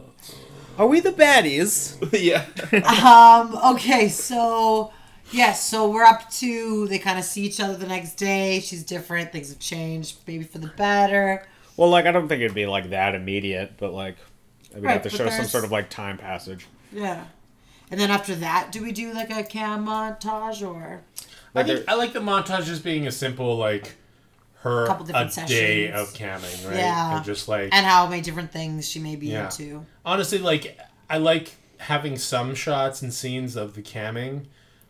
[SPEAKER 5] Are we the baddies?
[SPEAKER 4] *laughs* yeah.
[SPEAKER 2] Um, okay, so yes, so we're up to they kind of see each other the next day. She's different, things have changed, maybe for the better.
[SPEAKER 5] Well, like I don't think it'd be like that immediate, but like we would
[SPEAKER 2] Right,
[SPEAKER 5] have to
[SPEAKER 2] but
[SPEAKER 5] show some
[SPEAKER 2] there's-
[SPEAKER 5] sort of like time passage.
[SPEAKER 2] Yeah. And then after that, do we do like a cam montage or
[SPEAKER 1] I,
[SPEAKER 5] Like,
[SPEAKER 1] think,
[SPEAKER 5] there-
[SPEAKER 1] I like the montage just being a simple, like, her
[SPEAKER 2] Couple
[SPEAKER 1] a
[SPEAKER 2] different
[SPEAKER 1] day
[SPEAKER 2] sessions.
[SPEAKER 1] of camming, right?
[SPEAKER 2] Yeah.
[SPEAKER 1] And just like,
[SPEAKER 2] and how many different things she may be
[SPEAKER 1] Yeah.
[SPEAKER 2] into?
[SPEAKER 1] honestly, like, I like having some shots and scenes of the camming,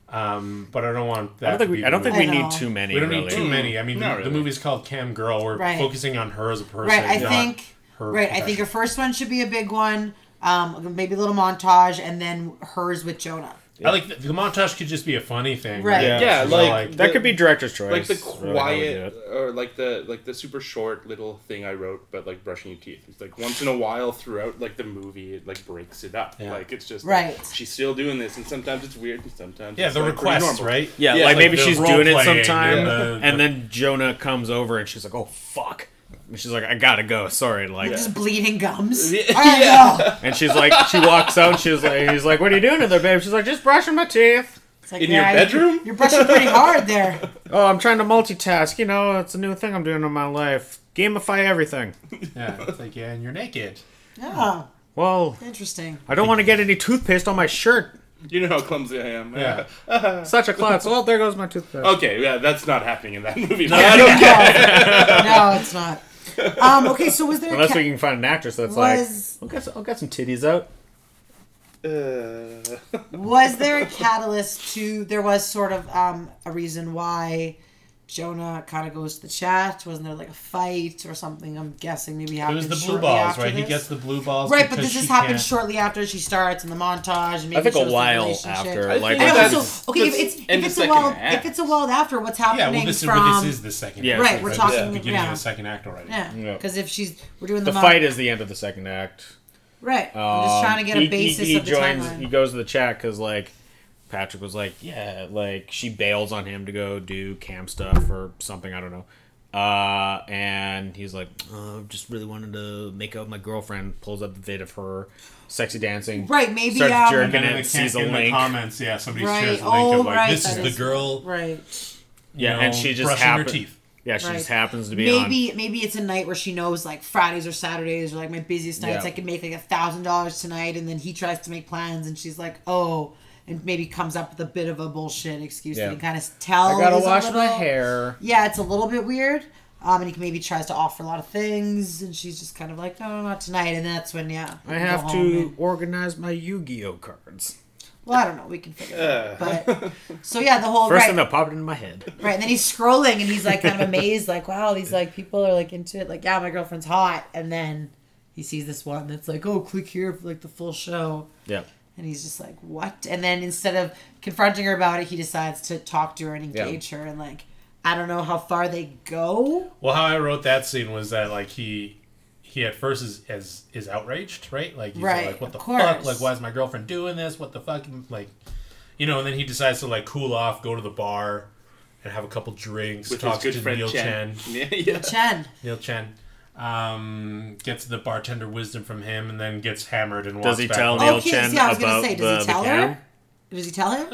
[SPEAKER 1] um, but I don't want that
[SPEAKER 5] I don't
[SPEAKER 1] to
[SPEAKER 5] think we,
[SPEAKER 1] be
[SPEAKER 5] I don't think
[SPEAKER 1] the-
[SPEAKER 5] we
[SPEAKER 2] I know.
[SPEAKER 5] need too many.
[SPEAKER 1] We don't need
[SPEAKER 5] really.
[SPEAKER 1] too many. I mean, the,
[SPEAKER 4] Not
[SPEAKER 1] the
[SPEAKER 4] really.
[SPEAKER 1] movie's called Cam Girl. We're
[SPEAKER 2] Right.
[SPEAKER 1] focusing on her as a person.
[SPEAKER 2] Right, I
[SPEAKER 1] not
[SPEAKER 2] think
[SPEAKER 1] her
[SPEAKER 2] right, I think her first one should be a big one. Um, maybe a little montage and then hers with Jonah.
[SPEAKER 1] I like the, the montage could just be a funny thing.
[SPEAKER 2] Right.
[SPEAKER 1] Right.
[SPEAKER 5] Yeah.
[SPEAKER 4] Yeah,
[SPEAKER 1] She's all
[SPEAKER 4] like,
[SPEAKER 1] like-
[SPEAKER 5] That could be director's choice.
[SPEAKER 4] like the
[SPEAKER 5] really, how we do
[SPEAKER 4] quiet
[SPEAKER 5] it.
[SPEAKER 4] or like the like the super short little thing I wrote, but like brushing your teeth. It's like once in a while throughout like the movie, it like breaks it up.
[SPEAKER 1] Yeah.
[SPEAKER 4] Like it's just
[SPEAKER 2] Right.
[SPEAKER 4] Like, she's still doing this, and sometimes it's weird, and sometimes
[SPEAKER 1] Yeah,
[SPEAKER 4] it's,
[SPEAKER 1] the
[SPEAKER 4] like, pretty
[SPEAKER 1] requests,
[SPEAKER 4] normal.
[SPEAKER 1] right?
[SPEAKER 5] Yeah,
[SPEAKER 4] Yeah, like
[SPEAKER 5] like maybe
[SPEAKER 1] the
[SPEAKER 5] she's
[SPEAKER 1] role
[SPEAKER 5] doing it
[SPEAKER 1] playing,
[SPEAKER 5] sometime,
[SPEAKER 1] yeah. the-
[SPEAKER 5] and then Jonah comes over and she's like, "Oh fuck," and she's like, "I gotta go, sorry." Like,
[SPEAKER 2] Just bleeding gums.
[SPEAKER 4] *laughs* Yeah.
[SPEAKER 2] I know.
[SPEAKER 5] and she's like, she walks out, and she's like, he's like, "What are you doing in there, babe?" She's like, "Just brushing my teeth."
[SPEAKER 2] It's like,
[SPEAKER 4] In your
[SPEAKER 2] yeah,
[SPEAKER 4] bedroom?
[SPEAKER 2] You're brushing
[SPEAKER 4] *laughs*
[SPEAKER 2] pretty hard there.
[SPEAKER 5] Oh, I'm trying to multitask. You know, it's a new thing I'm doing in my life. Gamify everything.
[SPEAKER 1] Yeah, it's like yeah, and you're naked.
[SPEAKER 2] Yeah.
[SPEAKER 5] Well,
[SPEAKER 2] Interesting.
[SPEAKER 5] I don't want to get any toothpaste on my shirt.
[SPEAKER 4] You know how clumsy I am.
[SPEAKER 1] Yeah,
[SPEAKER 5] Such a klutz. Oh, there goes my toothpaste.
[SPEAKER 4] Okay, yeah, that's not happening in that *laughs* movie. but
[SPEAKER 1] *laughs*
[SPEAKER 4] I don't care.
[SPEAKER 2] no, no, it's not. Um, okay, so was there a
[SPEAKER 5] Unless
[SPEAKER 2] ca-
[SPEAKER 5] we can find an actress that's
[SPEAKER 2] Was-
[SPEAKER 5] like, I'll get, some, I'll get some titties out.
[SPEAKER 4] Uh,
[SPEAKER 2] was there a catalyst to there was sort of um, a reason why Jonah kind of goes to the chat? Wasn't there like a fight or something? I'm guessing maybe
[SPEAKER 1] it
[SPEAKER 2] happened.
[SPEAKER 1] was the blue
[SPEAKER 2] shortly
[SPEAKER 1] balls,
[SPEAKER 2] after
[SPEAKER 1] right? He
[SPEAKER 2] this?
[SPEAKER 1] gets the blue balls.
[SPEAKER 2] right, but
[SPEAKER 1] because
[SPEAKER 2] this has
[SPEAKER 1] she
[SPEAKER 2] happened
[SPEAKER 1] can't-
[SPEAKER 2] shortly after she starts in the montage. And maybe
[SPEAKER 5] I think
[SPEAKER 2] shows
[SPEAKER 5] a
[SPEAKER 2] the
[SPEAKER 5] while
[SPEAKER 2] relationship.
[SPEAKER 5] after,
[SPEAKER 4] I
[SPEAKER 5] like,
[SPEAKER 4] think
[SPEAKER 2] And
[SPEAKER 4] that's-
[SPEAKER 2] also, okay, if
[SPEAKER 4] that's
[SPEAKER 2] it's
[SPEAKER 4] in
[SPEAKER 2] if
[SPEAKER 4] the
[SPEAKER 2] it's a
[SPEAKER 4] second
[SPEAKER 2] while
[SPEAKER 4] act.
[SPEAKER 2] if it's a while after, what's happening
[SPEAKER 1] Yeah, well, this is
[SPEAKER 2] from?
[SPEAKER 1] well, this is the second.
[SPEAKER 5] Yeah,
[SPEAKER 1] act,
[SPEAKER 5] Right,
[SPEAKER 2] we're
[SPEAKER 1] This is
[SPEAKER 2] talking-
[SPEAKER 1] the beginning
[SPEAKER 2] yeah.
[SPEAKER 1] of the second act already.
[SPEAKER 2] yeah,
[SPEAKER 5] Yeah.
[SPEAKER 2] because if she's we're doing the,
[SPEAKER 5] the fight is the end of the second act.
[SPEAKER 2] right. I'm just
[SPEAKER 5] Um,
[SPEAKER 2] trying to get
[SPEAKER 5] he-
[SPEAKER 2] a
[SPEAKER 5] he-
[SPEAKER 2] basis
[SPEAKER 5] he
[SPEAKER 2] of the
[SPEAKER 5] joins,
[SPEAKER 2] timeline.
[SPEAKER 5] He goes to the chat because like Patrick was like, yeah, like she bails on him to go do cam stuff or something. I don't know. Uh, and he's like, uh, just really wanted to make out with my girlfriend. Pulls up the vid of her sexy dancing.
[SPEAKER 2] Right, maybe,
[SPEAKER 5] starts
[SPEAKER 2] um,
[SPEAKER 5] jerking
[SPEAKER 1] And then in
[SPEAKER 5] it.
[SPEAKER 1] the,
[SPEAKER 5] sees
[SPEAKER 1] ca-
[SPEAKER 5] a
[SPEAKER 1] in the
[SPEAKER 5] link.
[SPEAKER 1] comments, yeah, somebody
[SPEAKER 2] Right,
[SPEAKER 1] shares a link
[SPEAKER 2] oh,
[SPEAKER 1] of like,
[SPEAKER 2] right,
[SPEAKER 1] this
[SPEAKER 2] that
[SPEAKER 1] is the
[SPEAKER 2] is-
[SPEAKER 1] girl.
[SPEAKER 2] Right.
[SPEAKER 1] you
[SPEAKER 5] yeah, and
[SPEAKER 1] know,
[SPEAKER 5] she just
[SPEAKER 1] brushing her
[SPEAKER 5] happen-
[SPEAKER 1] teeth.
[SPEAKER 5] Yeah, she
[SPEAKER 2] Right.
[SPEAKER 5] just happens to be
[SPEAKER 2] Maybe maybe it's a night where she knows like Fridays or Saturdays or like my busiest nights
[SPEAKER 5] Yeah.
[SPEAKER 2] I can make like a thousand dollars tonight and then he tries to make plans and she's like, Oh and maybe comes up with a bit of a bullshit excuse
[SPEAKER 5] Yeah.
[SPEAKER 2] that he kind of tell.
[SPEAKER 5] on. I gotta
[SPEAKER 2] is a
[SPEAKER 5] wash my
[SPEAKER 2] little-
[SPEAKER 5] hair.
[SPEAKER 2] Yeah, it's a little bit weird. Um, and he maybe tries to offer a lot of things, and she's just kind of like, "No, no, not tonight." And that's when, yeah,
[SPEAKER 5] I
[SPEAKER 2] we go
[SPEAKER 5] have
[SPEAKER 2] home
[SPEAKER 5] to
[SPEAKER 2] and-
[SPEAKER 5] organize my Yu-Gi-Oh cards.
[SPEAKER 2] well, I don't know. We can figure it out. But so yeah, the whole
[SPEAKER 5] First
[SPEAKER 2] Oh, right.
[SPEAKER 5] thing that popped into my head.
[SPEAKER 2] Right, and then he's scrolling and he's like kind of amazed, like, wow, these like people are like into it, like, yeah, my girlfriend's hot. And then he sees this one that's like, oh, click here for like the full show.
[SPEAKER 5] Yeah.
[SPEAKER 2] And he's just like, what? And then instead of confronting her about it, he decides to talk to her and engage her. And like, I don't know how far they go.
[SPEAKER 1] Well, how I wrote that scene was that like he he at first is is, is outraged, right? Like he's
[SPEAKER 2] Right,
[SPEAKER 1] like, what the
[SPEAKER 2] of
[SPEAKER 1] fuck?
[SPEAKER 2] course.
[SPEAKER 1] Like, why is my girlfriend doing this? What the fuck? And, Like, you know. And then he decides to like cool off, go to the bar, and have a couple drinks,
[SPEAKER 4] with his
[SPEAKER 1] talk
[SPEAKER 4] good
[SPEAKER 1] to
[SPEAKER 4] friend
[SPEAKER 1] Neil
[SPEAKER 4] Chen.
[SPEAKER 1] Chen.
[SPEAKER 4] *laughs* Yeah, yeah.
[SPEAKER 2] Chen.
[SPEAKER 1] Neil Chen. Um, gets the bartender wisdom from him, and then gets hammered and walks
[SPEAKER 5] Does he
[SPEAKER 1] back
[SPEAKER 5] tell
[SPEAKER 1] home.
[SPEAKER 5] Neil
[SPEAKER 2] Okay,
[SPEAKER 5] Chen
[SPEAKER 2] Oh, yeah, I was gonna
[SPEAKER 5] about
[SPEAKER 2] say, does
[SPEAKER 5] the,
[SPEAKER 2] he
[SPEAKER 5] the
[SPEAKER 2] tell
[SPEAKER 5] cam?
[SPEAKER 2] her? Does he tell him?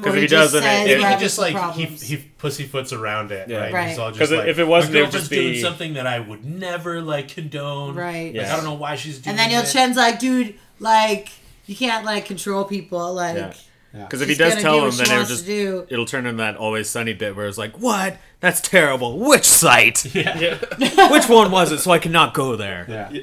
[SPEAKER 5] Because
[SPEAKER 2] Or
[SPEAKER 5] if he
[SPEAKER 2] just
[SPEAKER 5] doesn't,
[SPEAKER 2] says, "We're
[SPEAKER 1] I think Um,
[SPEAKER 5] it-
[SPEAKER 1] he
[SPEAKER 2] having
[SPEAKER 1] just
[SPEAKER 2] some
[SPEAKER 1] like
[SPEAKER 2] problems."
[SPEAKER 1] he he pussyfoots around it,
[SPEAKER 5] Yeah.
[SPEAKER 1] right?
[SPEAKER 2] Right.
[SPEAKER 1] He's all just
[SPEAKER 5] 'Cause
[SPEAKER 1] like,
[SPEAKER 5] if it wasn't,
[SPEAKER 1] my
[SPEAKER 5] it would just
[SPEAKER 1] girlfriend's doing
[SPEAKER 5] be-
[SPEAKER 1] something that I would never like condone.
[SPEAKER 2] Right.
[SPEAKER 1] Like,
[SPEAKER 5] Yeah.
[SPEAKER 1] I don't know why she's doing.
[SPEAKER 2] and then Neil
[SPEAKER 1] it.
[SPEAKER 2] Chen's like, dude, like, you can't like control people. Like,
[SPEAKER 5] Yeah.
[SPEAKER 1] Yeah.
[SPEAKER 5] Because if he
[SPEAKER 2] she's
[SPEAKER 5] does
[SPEAKER 2] gonna
[SPEAKER 5] tell
[SPEAKER 2] do what
[SPEAKER 5] him,
[SPEAKER 2] she
[SPEAKER 5] then it'll
[SPEAKER 2] wants to
[SPEAKER 5] just
[SPEAKER 2] do.
[SPEAKER 5] it'll turn into that always sunny bit where it's like, "What? That's terrible. Which site?
[SPEAKER 6] *laughs*
[SPEAKER 1] Yeah.
[SPEAKER 5] Which one was it? So I cannot go there."
[SPEAKER 1] Yeah.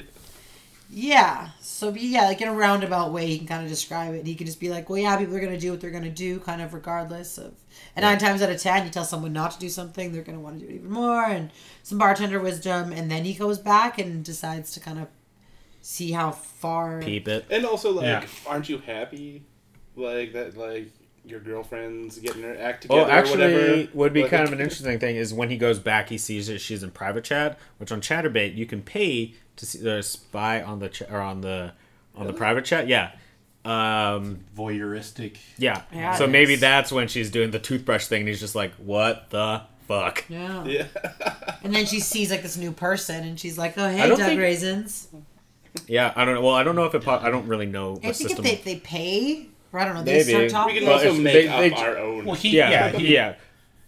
[SPEAKER 2] Yeah. So be- yeah, like in a roundabout way, he can kind of describe it. And he can just be like, well, yeah, people are gonna do what they're gonna do, kind of regardless of. And nine times out of ten, you tell someone not to do something, they're gonna want to do it even more, and some bartender wisdom. And then he goes back and decides to kind of see how far.
[SPEAKER 5] Peep it.
[SPEAKER 6] And also, like,
[SPEAKER 1] Yeah.
[SPEAKER 6] aren't you happy, like that, like your girlfriend's getting her act
[SPEAKER 1] Oh,
[SPEAKER 6] together?
[SPEAKER 5] Well,
[SPEAKER 6] or
[SPEAKER 5] actually,
[SPEAKER 6] whatever.
[SPEAKER 5] would be
[SPEAKER 6] Like,
[SPEAKER 5] kind
[SPEAKER 4] *laughs*
[SPEAKER 5] of an interesting thing is when he goes back, he sees that she's in private chat, which on ChatterBait you can pay to see the spy on the ch- or on the on the private chat. Yeah, um,
[SPEAKER 1] Voyeuristic.
[SPEAKER 5] yeah.
[SPEAKER 2] Yeah,
[SPEAKER 5] so
[SPEAKER 2] it
[SPEAKER 5] maybe
[SPEAKER 2] is.
[SPEAKER 5] that's when she's doing the toothbrush thing, and he's just like, "What the fuck?"
[SPEAKER 2] Yeah.
[SPEAKER 6] Yeah.
[SPEAKER 2] And then she sees like this new person, and she's like, "Oh hey,
[SPEAKER 5] don't
[SPEAKER 2] Doug
[SPEAKER 5] think-
[SPEAKER 2] Raisins."
[SPEAKER 5] Yeah, I don't know. Well, I don't know if it. Po- I don't really know
[SPEAKER 2] I think
[SPEAKER 5] the
[SPEAKER 2] if
[SPEAKER 5] system.
[SPEAKER 2] they, they pay, or I don't know, they
[SPEAKER 5] Maybe.
[SPEAKER 2] start talking.
[SPEAKER 6] We can
[SPEAKER 5] Well,
[SPEAKER 6] also
[SPEAKER 5] if
[SPEAKER 6] make
[SPEAKER 5] they-
[SPEAKER 6] up
[SPEAKER 5] they-
[SPEAKER 6] our own.
[SPEAKER 4] *laughs*
[SPEAKER 1] Well, he
[SPEAKER 5] *laughs* yeah,
[SPEAKER 1] yeah,
[SPEAKER 5] yeah,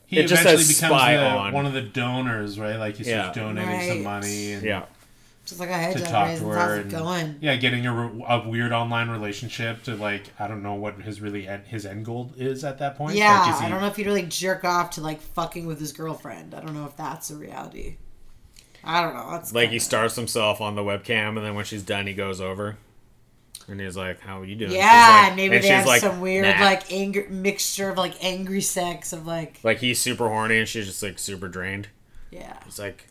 [SPEAKER 1] he, he
[SPEAKER 5] It just
[SPEAKER 1] eventually
[SPEAKER 5] says
[SPEAKER 1] becomes
[SPEAKER 5] spy
[SPEAKER 1] the,
[SPEAKER 5] on.
[SPEAKER 1] one of the donors, right? Like he
[SPEAKER 5] Yeah.
[SPEAKER 1] starts donating
[SPEAKER 2] Right.
[SPEAKER 1] some money and
[SPEAKER 5] yeah.
[SPEAKER 2] She's like, "Oh hey,
[SPEAKER 1] to
[SPEAKER 2] Doug
[SPEAKER 1] talk to
[SPEAKER 2] Raisins,
[SPEAKER 1] her.
[SPEAKER 2] how's it
[SPEAKER 1] and,
[SPEAKER 2] going?"
[SPEAKER 1] Yeah, getting a, re- a weird online relationship to like I don't know what his really en- his end goal is at that point.
[SPEAKER 2] Yeah,
[SPEAKER 1] like, is he-
[SPEAKER 2] I don't know if he'd really jerk off to like fucking with his girlfriend. I don't know if that's a reality. I don't know. That's
[SPEAKER 5] Like he
[SPEAKER 2] kinda-
[SPEAKER 5] starts himself on the webcam, and then when she's done, he goes over, and he's like, "How are you doing?"
[SPEAKER 2] Yeah,
[SPEAKER 5] She's like-
[SPEAKER 2] and maybe
[SPEAKER 5] and
[SPEAKER 2] they
[SPEAKER 5] she's
[SPEAKER 2] have
[SPEAKER 5] like,
[SPEAKER 2] some weird
[SPEAKER 5] "Nah."
[SPEAKER 2] like anger mixture of like angry sex of like
[SPEAKER 5] like he's super horny, and she's just like super drained.
[SPEAKER 2] yeah.
[SPEAKER 5] It's like,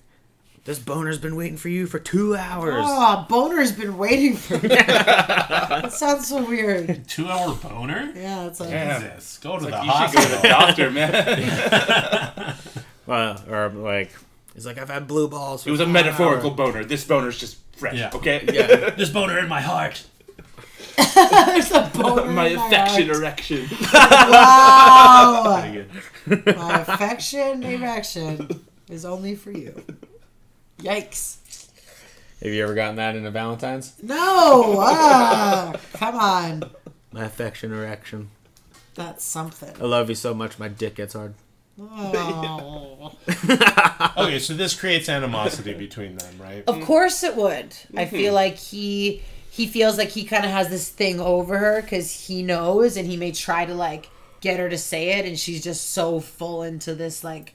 [SPEAKER 5] this boner's been waiting for you for two hours.
[SPEAKER 2] Oh, boner's been waiting for me. that sounds so weird.
[SPEAKER 1] two hour boner.
[SPEAKER 2] Yeah, it's like *laughs*
[SPEAKER 1] Jesus, go to the
[SPEAKER 4] You should go
[SPEAKER 1] hospital.
[SPEAKER 4] to the doctor, *laughs* man.
[SPEAKER 5] Well, Uh, or like, he's like, I've had blue balls.
[SPEAKER 4] It was a metaphorical boner. This boner's just fresh,
[SPEAKER 1] Yeah.
[SPEAKER 4] okay? *laughs*
[SPEAKER 5] *laughs*
[SPEAKER 1] This boner in my heart.
[SPEAKER 2] there's a boner.
[SPEAKER 4] my
[SPEAKER 2] in
[SPEAKER 4] affection
[SPEAKER 2] heart.
[SPEAKER 4] erection.
[SPEAKER 2] Wow.
[SPEAKER 1] Pretty good.
[SPEAKER 2] Oh, my affection erection is only for you. Yikes.
[SPEAKER 5] Have you ever gotten that in a Valentine's?
[SPEAKER 2] No! Ah, come on.
[SPEAKER 5] My affection erection.
[SPEAKER 2] That's something.
[SPEAKER 5] I love you so much, my dick gets hard.
[SPEAKER 2] Oh.
[SPEAKER 1] Okay, so this creates animosity between them, right?
[SPEAKER 2] Of course it would. I
[SPEAKER 5] Mm-hmm.
[SPEAKER 2] feel like he he feels like he kind of has this thing over her because he knows, and he may try to like get her to say it, and she's just so full into this like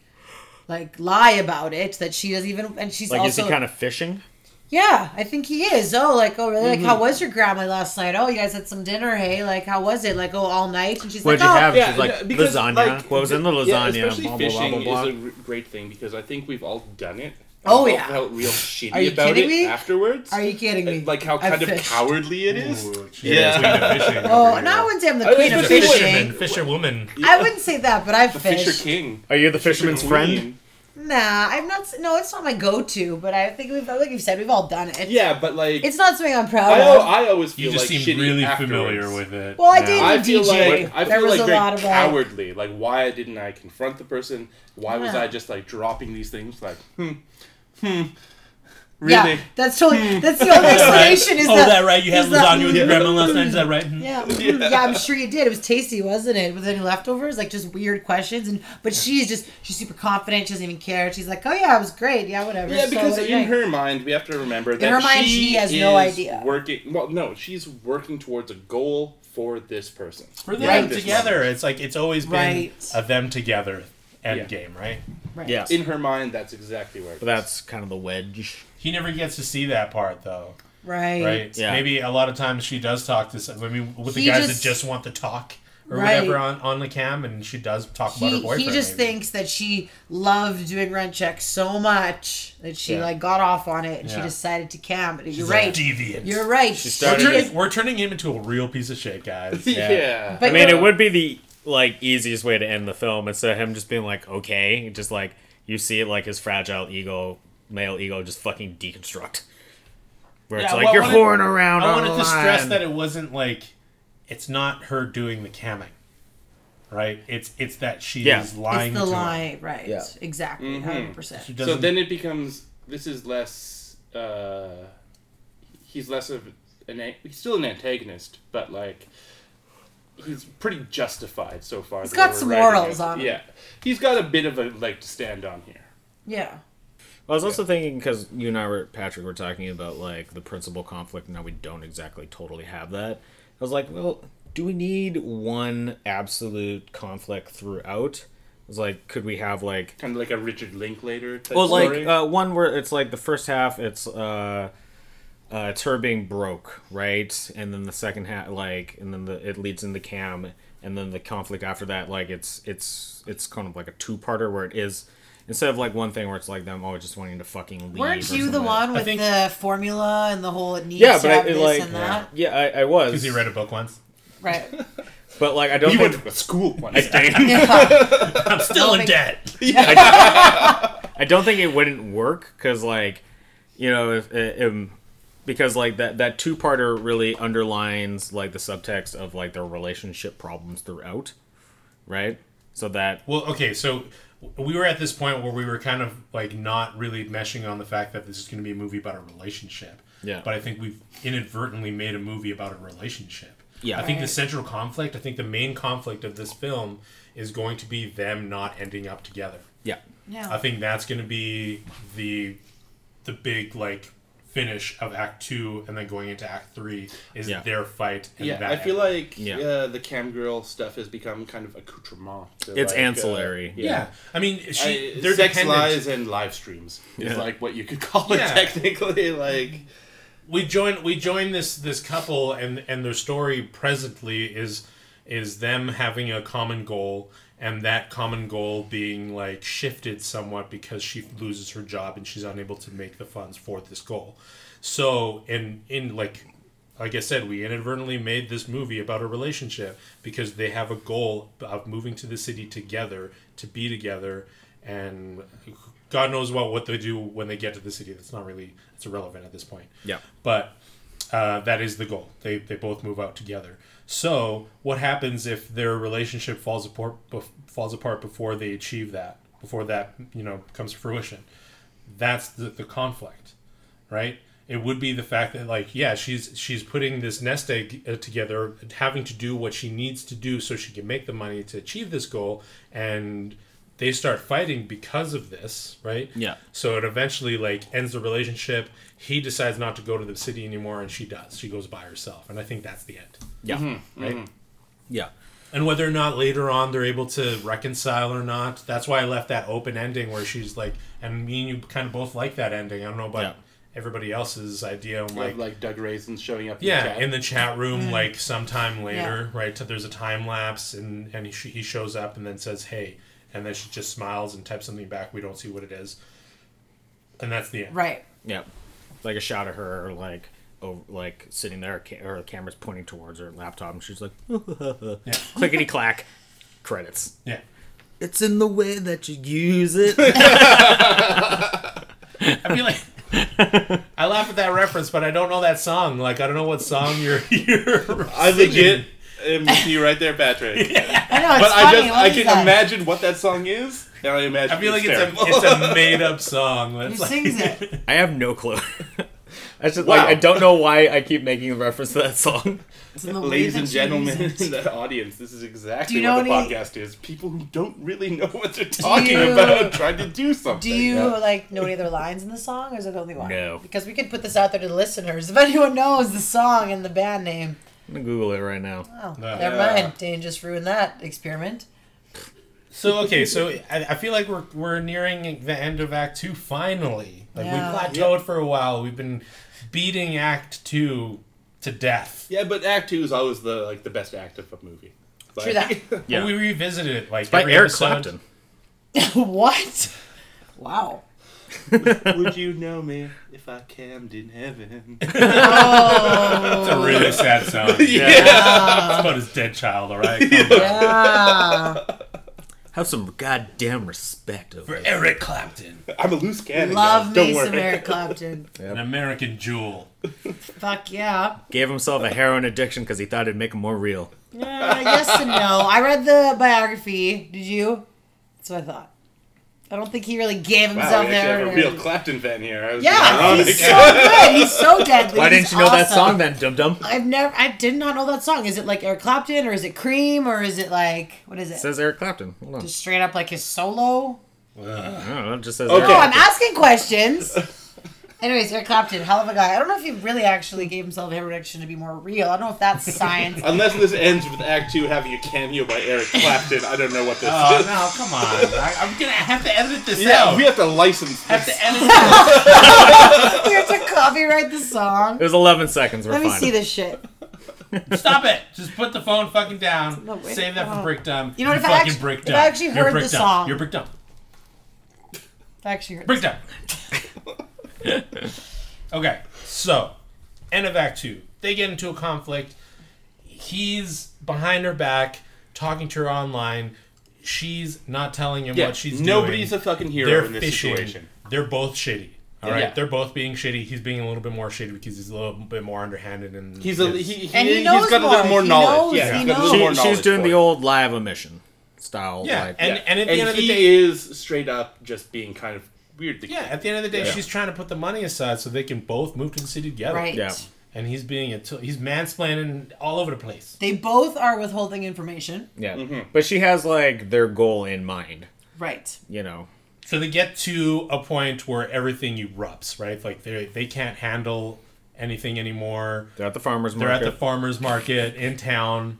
[SPEAKER 2] like lie about it that she doesn't even. And she's
[SPEAKER 5] Like, is
[SPEAKER 2] also
[SPEAKER 5] he kind of fishing?
[SPEAKER 2] yeah, I think he is. Oh, like oh really? Like
[SPEAKER 5] Mm-hmm.
[SPEAKER 2] how was your grandma last night? Oh, you guys had some dinner. Hey, like how was it? Like oh all night, and she's
[SPEAKER 5] What'd
[SPEAKER 2] like
[SPEAKER 5] you
[SPEAKER 2] oh
[SPEAKER 5] have?
[SPEAKER 4] Yeah,
[SPEAKER 5] She's like,
[SPEAKER 4] yeah, because,
[SPEAKER 5] lasagna.
[SPEAKER 4] like,
[SPEAKER 5] what was in the
[SPEAKER 4] Yeah,
[SPEAKER 5] lasagna?
[SPEAKER 4] especially
[SPEAKER 5] blah, blah, blah,
[SPEAKER 4] fishing
[SPEAKER 5] blah, blah.
[SPEAKER 4] is a r- great thing because I think we've all done it.
[SPEAKER 2] Oh,
[SPEAKER 4] We've all
[SPEAKER 2] yeah.
[SPEAKER 4] felt real shitty
[SPEAKER 2] Are you
[SPEAKER 4] about
[SPEAKER 2] kidding
[SPEAKER 4] it
[SPEAKER 2] me?
[SPEAKER 4] afterwards.
[SPEAKER 2] Are you kidding me?
[SPEAKER 4] And, Like how
[SPEAKER 2] I
[SPEAKER 4] kind of
[SPEAKER 2] fished.
[SPEAKER 4] cowardly it is.
[SPEAKER 1] Ooh, she's
[SPEAKER 4] Yeah.
[SPEAKER 1] the queen of fishing over
[SPEAKER 2] Oh,
[SPEAKER 1] here.
[SPEAKER 2] no, I wouldn't say I'm the
[SPEAKER 4] I
[SPEAKER 2] queen of
[SPEAKER 4] was gonna say
[SPEAKER 2] fishing.
[SPEAKER 1] fisherwoman.
[SPEAKER 2] I wouldn't say that, but I've
[SPEAKER 4] The
[SPEAKER 2] fished.
[SPEAKER 4] Fisher King.
[SPEAKER 5] Are you the fisherman's friend?
[SPEAKER 4] Queen.
[SPEAKER 2] Nah, I'm not. No, it's not my go-to, but I think we've, like you said, we've all done it.
[SPEAKER 4] Yeah, but like
[SPEAKER 2] It's not something I'm proud
[SPEAKER 4] I,
[SPEAKER 2] of.
[SPEAKER 4] al- I always feel
[SPEAKER 1] You just
[SPEAKER 4] like
[SPEAKER 1] seem
[SPEAKER 4] shitty
[SPEAKER 1] really
[SPEAKER 4] afterwards.
[SPEAKER 1] familiar with it.
[SPEAKER 2] well, I
[SPEAKER 5] No.
[SPEAKER 2] did
[SPEAKER 4] I
[SPEAKER 2] in
[SPEAKER 4] feel
[SPEAKER 2] DJ.
[SPEAKER 4] like I
[SPEAKER 2] there
[SPEAKER 4] feel
[SPEAKER 2] was
[SPEAKER 4] like
[SPEAKER 2] a
[SPEAKER 4] very
[SPEAKER 2] lot of that.
[SPEAKER 4] cowardly. Like why didn't I confront the person? Why was
[SPEAKER 2] Yeah.
[SPEAKER 4] I just like dropping these things? Like hmm, hmm, really?
[SPEAKER 2] Yeah, that's totally. That's the
[SPEAKER 1] *laughs*
[SPEAKER 2] only explanation. Is
[SPEAKER 1] Hmm. oh,
[SPEAKER 2] that,
[SPEAKER 1] that right? You had
[SPEAKER 2] is that-
[SPEAKER 1] lasagna with your grandma last night. Is that right?
[SPEAKER 2] *laughs* Yeah, mm, yeah, I'm sure you did. It was tasty, wasn't it? With any leftovers, like just weird questions, and but she's just she's super confident. She doesn't even care. She's like, oh yeah, it was great. Yeah, whatever.
[SPEAKER 4] Yeah,
[SPEAKER 2] So
[SPEAKER 4] because
[SPEAKER 2] what do you
[SPEAKER 4] in
[SPEAKER 2] think?
[SPEAKER 4] her mind, we have to remember that
[SPEAKER 2] her mind,
[SPEAKER 4] she,
[SPEAKER 2] she has
[SPEAKER 4] is
[SPEAKER 2] no idea.
[SPEAKER 4] Working, well, no, she's working towards a goal for this person.
[SPEAKER 1] For them
[SPEAKER 2] Right.
[SPEAKER 1] together, it's like it's always been
[SPEAKER 2] Right.
[SPEAKER 1] a them together end
[SPEAKER 4] Yeah.
[SPEAKER 1] game, right?
[SPEAKER 2] Right.
[SPEAKER 5] Yes.
[SPEAKER 4] In her mind, that's exactly where. It
[SPEAKER 5] But that's kind of the wedge.
[SPEAKER 1] He never gets to see that part though,
[SPEAKER 2] right,
[SPEAKER 1] right?
[SPEAKER 5] Yeah.
[SPEAKER 1] Maybe a lot of times she does talk to. some- I mean, with the
[SPEAKER 2] He
[SPEAKER 1] guys
[SPEAKER 2] just-
[SPEAKER 1] that just want to talk or
[SPEAKER 2] Right.
[SPEAKER 1] whatever on, on the cam, and she does talk about her
[SPEAKER 2] He,
[SPEAKER 1] boyfriend.
[SPEAKER 2] he just
[SPEAKER 1] maybe.
[SPEAKER 2] thinks that she loved doing rent checks so much that she
[SPEAKER 5] Yeah.
[SPEAKER 2] like got off on it and she
[SPEAKER 1] Yeah.
[SPEAKER 2] decided to camp. You're
[SPEAKER 1] She's a
[SPEAKER 2] right.
[SPEAKER 1] deviant.
[SPEAKER 2] You're right.
[SPEAKER 5] She
[SPEAKER 1] We're
[SPEAKER 5] started-
[SPEAKER 1] turning, we're turning him into a real piece of shit, guys.
[SPEAKER 4] is. *laughs* yeah.
[SPEAKER 2] But
[SPEAKER 5] I mean,
[SPEAKER 2] you're-
[SPEAKER 5] it would be the like easiest way to end the film instead of him just being like, okay, just like you see it like his fragile ego, male ego, just fucking deconstruct. Where it's
[SPEAKER 1] Yeah,
[SPEAKER 5] like
[SPEAKER 1] well, I
[SPEAKER 5] you're
[SPEAKER 1] wanted-
[SPEAKER 5] whoring around.
[SPEAKER 1] I
[SPEAKER 5] on
[SPEAKER 1] wanted
[SPEAKER 5] the
[SPEAKER 1] to stress
[SPEAKER 5] line."
[SPEAKER 1] that it wasn't like it's not her doing the camming, right? It's it's that she
[SPEAKER 5] Yeah.
[SPEAKER 1] is lying
[SPEAKER 2] it's the
[SPEAKER 1] to him.
[SPEAKER 2] lie, right?
[SPEAKER 5] Yeah.
[SPEAKER 2] Exactly, 100 percent.
[SPEAKER 1] She
[SPEAKER 4] So
[SPEAKER 1] doesn't-
[SPEAKER 4] then it becomes this is less. Uh, he's less of an. a- He's still an antagonist, but like. He's pretty justified so far. He's
[SPEAKER 2] got some morals on him.
[SPEAKER 4] Yeah, he's got a bit of a leg to stand on here.
[SPEAKER 2] Yeah,
[SPEAKER 5] I was also thinking because you and I were Patrick were talking about like the principal conflict and how we don't exactly totally have that. I was like, well, do we need one absolute conflict throughout? I was like, could we have like
[SPEAKER 4] Kind of like a Richard Linklater type
[SPEAKER 5] well,
[SPEAKER 4] story.
[SPEAKER 5] like uh, one where it's like the first half, it's uh, uh, it's her being broke, right? And then the second half, like, and then the it leads into Cam, and then the conflict after that, like it's it's it's kind of like a two parter where it is instead of like one thing where it's like them always just wanting to fucking leave.
[SPEAKER 2] Weren't
[SPEAKER 5] or
[SPEAKER 2] you the
[SPEAKER 5] something.
[SPEAKER 2] one with
[SPEAKER 1] think-
[SPEAKER 2] the formula and the whole it needs
[SPEAKER 5] Yeah,
[SPEAKER 2] to
[SPEAKER 5] but
[SPEAKER 2] have
[SPEAKER 5] I, it,
[SPEAKER 2] this
[SPEAKER 5] like
[SPEAKER 2] and that?
[SPEAKER 5] yeah, I, I was
[SPEAKER 1] Because he read a book once.
[SPEAKER 2] Right.
[SPEAKER 5] but like I don't
[SPEAKER 4] You
[SPEAKER 5] think,
[SPEAKER 4] went to
[SPEAKER 2] *laughs*
[SPEAKER 4] a school once.
[SPEAKER 2] Yeah.
[SPEAKER 1] I'm still
[SPEAKER 2] Nothing.
[SPEAKER 1] in debt.
[SPEAKER 5] I don't think it wouldn't work because like you know if, um because like that that two parter really underlines like the subtext of like their relationship problems throughout, right? So that
[SPEAKER 1] Well, okay, so we were at this point where we were kind of like not really meshing on the fact that this is going to be a movie about a relationship.
[SPEAKER 5] Yeah.
[SPEAKER 1] But I think we've inadvertently made a movie about a relationship.
[SPEAKER 5] Yeah.
[SPEAKER 1] I think the
[SPEAKER 2] Right.
[SPEAKER 1] central conflict, I think the main conflict of this film is going to be them not ending up together.
[SPEAKER 5] yeah
[SPEAKER 2] Yeah.
[SPEAKER 1] I think that's going to be the the big like finish of Act Two, and then going into Act Three is
[SPEAKER 5] Yeah.
[SPEAKER 1] their fight.
[SPEAKER 4] *laughs*
[SPEAKER 1] And
[SPEAKER 4] Yeah,
[SPEAKER 1] that
[SPEAKER 4] I feel
[SPEAKER 1] end.
[SPEAKER 4] like
[SPEAKER 5] Yeah.
[SPEAKER 4] uh, the cam girl stuff has become kind of accoutrement. to,
[SPEAKER 5] it's
[SPEAKER 4] like, uh,
[SPEAKER 5] ancillary.
[SPEAKER 1] yeah. I mean, she
[SPEAKER 4] I-
[SPEAKER 1] they're
[SPEAKER 4] sex
[SPEAKER 1] dependent.
[SPEAKER 4] lies and live streams
[SPEAKER 5] Yeah.
[SPEAKER 4] is like what you could call it
[SPEAKER 1] Yeah.
[SPEAKER 4] technically. *laughs* Like
[SPEAKER 1] we join we join this this couple and and their story presently is is them having a common goal and that common goal being like shifted somewhat because she loses her job and she's unable to make the funds for this goal so in in like like i said we inadvertently made this movie about a relationship because they have a goal of moving to the city together to be together and god knows what what they do when they get to the city that's not really it's irrelevant at this point
[SPEAKER 5] Yeah.
[SPEAKER 1] but uh, that is the goal. They, they both move out together. So what happens if their relationship falls apart bef- falls apart before they achieve that? Before that you know comes to fruition, that's the, the conflict, right? It would be the fact that like yeah she's she's putting this nest egg uh, together, having to do what she needs to do so she can make the money to achieve this goal, and they start fighting because of this, right?
[SPEAKER 5] Yeah.
[SPEAKER 1] So it eventually like ends the relationship. He decides not to go to the city anymore, and she does. She goes by herself, and I think that's the end,
[SPEAKER 5] Yeah.
[SPEAKER 1] right?
[SPEAKER 5] Yeah.
[SPEAKER 1] And whether or not later on they're able to reconcile or not, that's why I left that open ending where she's like, and me and you kind of both like that ending. I don't know about
[SPEAKER 5] Yeah.
[SPEAKER 1] everybody else's idea. I'm
[SPEAKER 4] like,
[SPEAKER 1] like,
[SPEAKER 4] like Doug Raisin showing up.
[SPEAKER 1] yeah,
[SPEAKER 4] in
[SPEAKER 1] in the chat room, like sometime later, right? So there's a time lapse, and and he, sh- he shows up and then says, "Hey," and then she just smiles and types something back. We don't see what it is, and that's the end.
[SPEAKER 2] right.
[SPEAKER 5] Yeah, like a shot of her, like over, like sitting there, ca- her camera's pointing towards her laptop, and she's like, *laughs* clickety clack, credits.
[SPEAKER 1] Yeah.
[SPEAKER 5] It's in the way that you use *laughs* it.
[SPEAKER 1] I feel like I laugh at that reference, but I don't know that song. Like I don't know what song you're. *laughs* you're
[SPEAKER 6] I legit am with you right there,
[SPEAKER 2] *laughs*
[SPEAKER 6] Patrick.
[SPEAKER 2] I know it's
[SPEAKER 6] But I
[SPEAKER 2] funny.
[SPEAKER 6] just
[SPEAKER 2] what
[SPEAKER 6] I
[SPEAKER 2] is
[SPEAKER 6] can
[SPEAKER 2] that?
[SPEAKER 6] imagine what that song is, and I imagine.
[SPEAKER 1] I feel like it's a
[SPEAKER 6] terrible.
[SPEAKER 2] *laughs*
[SPEAKER 1] it's a made up song.
[SPEAKER 2] Who
[SPEAKER 1] It's like,
[SPEAKER 2] sings it?
[SPEAKER 5] I have no clue. *laughs* I just
[SPEAKER 6] Wow.
[SPEAKER 5] like I don't know why I keep making a reference to that song.
[SPEAKER 2] It's in the way
[SPEAKER 4] Ladies
[SPEAKER 2] that
[SPEAKER 4] and
[SPEAKER 2] you *laughs*
[SPEAKER 4] gentlemen
[SPEAKER 2] use
[SPEAKER 4] in
[SPEAKER 2] it.
[SPEAKER 4] the audience, this is exactly
[SPEAKER 2] Do you
[SPEAKER 4] what the
[SPEAKER 2] know any-
[SPEAKER 4] podcast is. People who don't really know what they're talking
[SPEAKER 2] you-
[SPEAKER 4] about trying to do something.
[SPEAKER 2] Do you like know any other lines in the song, or is it only one?
[SPEAKER 5] No.
[SPEAKER 2] Because we could put this out there to the listeners. If anyone knows the song and the band name,
[SPEAKER 5] I'm gonna Google it right now.
[SPEAKER 2] oh,
[SPEAKER 1] No.
[SPEAKER 2] never
[SPEAKER 4] Yeah.
[SPEAKER 2] mind. Dane just ruined that experiment.
[SPEAKER 1] so okay, so I, I feel like we're we're nearing the end of Act Two finally. Like
[SPEAKER 2] Yeah.
[SPEAKER 1] we plateaued for a while. We've been beating Act Two to death.
[SPEAKER 4] Yeah, but Act Two is always the like the best act of a movie. Like,
[SPEAKER 2] True
[SPEAKER 4] *laughs*
[SPEAKER 2] that.
[SPEAKER 5] Yeah.
[SPEAKER 1] But we revisited it like
[SPEAKER 5] By
[SPEAKER 1] every
[SPEAKER 5] Eric
[SPEAKER 1] episode.
[SPEAKER 5] Clapton.
[SPEAKER 2] what? Wow.
[SPEAKER 4] *laughs* Would you know me if I cammed in heaven?
[SPEAKER 2] Oh,
[SPEAKER 1] It's a *laughs* really sad song.
[SPEAKER 5] Yeah.
[SPEAKER 1] It's about his dead child, all right. Come
[SPEAKER 6] *laughs*
[SPEAKER 1] on.
[SPEAKER 2] Yeah.
[SPEAKER 5] Have some goddamn respect over it.
[SPEAKER 1] *laughs* Eric Clapton,
[SPEAKER 6] I'm a loose cannon.
[SPEAKER 2] Love
[SPEAKER 6] guys. Don't
[SPEAKER 2] me
[SPEAKER 6] worry.
[SPEAKER 2] some Eric Clapton.
[SPEAKER 1] an American jewel.
[SPEAKER 2] Fuck yeah.
[SPEAKER 5] Gave himself a heroin addiction because he thought it'd make him more real.
[SPEAKER 2] Uh, yes and no. I read the biography. Did you? That's what I thought. I don't think he really gave
[SPEAKER 6] Wow,
[SPEAKER 2] himself
[SPEAKER 6] we actually
[SPEAKER 2] there.
[SPEAKER 6] have a real Clapton fan here. I was
[SPEAKER 2] yeah,
[SPEAKER 6] ironic.
[SPEAKER 2] he's so good. He's so deadly.
[SPEAKER 5] Why didn't
[SPEAKER 2] He's
[SPEAKER 5] you know that
[SPEAKER 2] awesome.
[SPEAKER 5] song then, Dum Dum?
[SPEAKER 2] I've never. I did not know that song. Is it like Eric Clapton or is it Cream or is it like what is it?
[SPEAKER 5] Says Eric Clapton. Hold on.
[SPEAKER 2] Just straight up like his solo.
[SPEAKER 5] I don't know. It just says
[SPEAKER 6] Okay.
[SPEAKER 1] Oh,
[SPEAKER 2] No, I'm asking questions. *laughs* Anyways, Eric Clapton, hell of a guy. I don't know if he really actually gave himself a reduction to be more real. I don't know if that's science.
[SPEAKER 6] Unless this ends with Act Two having a cameo by
[SPEAKER 2] *laughs*
[SPEAKER 6] Eric Clapton, I don't know what this
[SPEAKER 1] Oh
[SPEAKER 6] is.
[SPEAKER 1] no, come on! I, I'm gonna have to edit this
[SPEAKER 6] Yeah,
[SPEAKER 1] out.
[SPEAKER 6] we have to license
[SPEAKER 1] have
[SPEAKER 6] this.
[SPEAKER 1] to edit this.
[SPEAKER 2] we have
[SPEAKER 1] *laughs*
[SPEAKER 2] to copyright the song.
[SPEAKER 5] It was 11 seconds. We're
[SPEAKER 2] Let me
[SPEAKER 5] fine.
[SPEAKER 2] see this shit.
[SPEAKER 1] Stop it! Just put the phone fucking down.
[SPEAKER 2] No, wait.
[SPEAKER 1] Save that for
[SPEAKER 2] Oh.
[SPEAKER 1] break time.
[SPEAKER 2] You know what, if I
[SPEAKER 1] fucking
[SPEAKER 2] actu-
[SPEAKER 1] break
[SPEAKER 2] if
[SPEAKER 1] time.
[SPEAKER 2] I actually
[SPEAKER 1] You're
[SPEAKER 2] heard
[SPEAKER 1] break
[SPEAKER 2] the
[SPEAKER 1] time.
[SPEAKER 2] song-
[SPEAKER 1] you're break time.
[SPEAKER 2] actually hurts.
[SPEAKER 1] Breakdown. okay, so Enovac 2. They get into a conflict. He's behind her back, talking to her online. She's not telling him
[SPEAKER 4] Yeah,
[SPEAKER 1] what she's
[SPEAKER 4] nobody's
[SPEAKER 1] doing.
[SPEAKER 4] a fucking hero
[SPEAKER 1] They're
[SPEAKER 4] in this
[SPEAKER 1] fishing.
[SPEAKER 4] situation.
[SPEAKER 1] They're both shitty. All right,
[SPEAKER 4] Yeah.
[SPEAKER 1] they're both being shitty. He's being a little bit more shitty because he's a little bit more underhanded and
[SPEAKER 4] He's a
[SPEAKER 1] his-
[SPEAKER 4] he, he,
[SPEAKER 2] And he
[SPEAKER 4] has
[SPEAKER 2] knows
[SPEAKER 4] got a little
[SPEAKER 2] more.
[SPEAKER 4] more
[SPEAKER 2] He
[SPEAKER 4] knowledge.
[SPEAKER 2] knows,
[SPEAKER 4] yeah,
[SPEAKER 2] he
[SPEAKER 4] he's got a little
[SPEAKER 2] knows.
[SPEAKER 4] more
[SPEAKER 5] She,
[SPEAKER 4] knowledge
[SPEAKER 5] she's doing
[SPEAKER 4] for
[SPEAKER 5] the
[SPEAKER 4] it.
[SPEAKER 5] old live omission style.
[SPEAKER 1] yeah.
[SPEAKER 5] like,
[SPEAKER 1] and, and at the end of the
[SPEAKER 4] he
[SPEAKER 1] day,
[SPEAKER 4] is straight up just being kind of weird. The
[SPEAKER 1] yeah, at the end of the day,
[SPEAKER 5] Yeah.
[SPEAKER 1] she's trying to put the money aside so they can both move to the city together.
[SPEAKER 2] Right.
[SPEAKER 5] yeah.
[SPEAKER 1] And he's being a t- he's mansplaining all over the place.
[SPEAKER 2] They both are withholding information.
[SPEAKER 5] Yeah. But she has like their goal in mind,
[SPEAKER 2] Right.
[SPEAKER 5] you know.
[SPEAKER 1] So they get to a point where everything erupts, right? Like they they can't handle anything anymore.
[SPEAKER 5] They're at the farmer's
[SPEAKER 1] They're
[SPEAKER 5] market.
[SPEAKER 1] at the farmers market in town,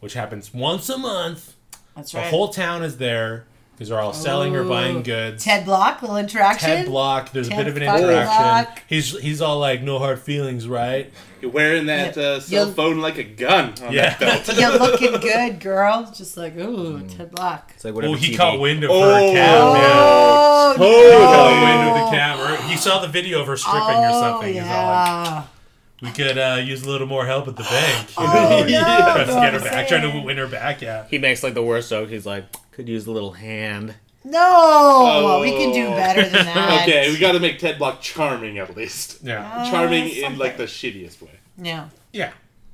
[SPEAKER 1] which happens once a month.
[SPEAKER 2] That's
[SPEAKER 1] The
[SPEAKER 2] right.
[SPEAKER 1] whole town is there because they're all selling or buying goods.
[SPEAKER 2] Ted Block, little interaction.
[SPEAKER 1] Ted Block, there's a
[SPEAKER 2] Ted
[SPEAKER 1] bit of an
[SPEAKER 2] fucking
[SPEAKER 1] interaction.
[SPEAKER 2] Block.
[SPEAKER 1] He's he's all like, "No hard feelings, right?"
[SPEAKER 6] You're wearing that uh, cell
[SPEAKER 2] You'll-
[SPEAKER 6] phone like a gun. On
[SPEAKER 1] Yeah.
[SPEAKER 6] That belt.
[SPEAKER 2] *laughs* You're looking good, girl. Just like, ooh, Ted Block.
[SPEAKER 5] it's like whatever
[SPEAKER 1] Oh, he
[SPEAKER 5] TV.
[SPEAKER 1] caught wind of
[SPEAKER 6] Oh.
[SPEAKER 1] her cab.
[SPEAKER 2] Oh,
[SPEAKER 1] man. He
[SPEAKER 2] no.
[SPEAKER 1] caught wind of the cab. Or He saw the video of her stripping or
[SPEAKER 2] Oh,
[SPEAKER 1] something. He's all like,
[SPEAKER 2] yeah.
[SPEAKER 1] We could uh, use a little
[SPEAKER 2] *gasps*
[SPEAKER 1] more help at the bank. *laughs*
[SPEAKER 2] Oh, no,
[SPEAKER 1] Trying
[SPEAKER 2] that's
[SPEAKER 1] to get her
[SPEAKER 2] what I'm
[SPEAKER 1] back, trying to
[SPEAKER 2] saying.
[SPEAKER 1] win her back. Yeah.
[SPEAKER 5] He makes like the worst joke. He's like, could use a little hand.
[SPEAKER 2] No, we can do
[SPEAKER 1] Oh.
[SPEAKER 2] better than
[SPEAKER 1] *laughs*
[SPEAKER 2] that.
[SPEAKER 6] Okay, we got to make Ted Block charming at least.
[SPEAKER 1] Yeah.
[SPEAKER 2] Uh,
[SPEAKER 6] Charming in like the
[SPEAKER 2] something.
[SPEAKER 6] shittiest way.
[SPEAKER 2] Yeah.
[SPEAKER 1] Yeah.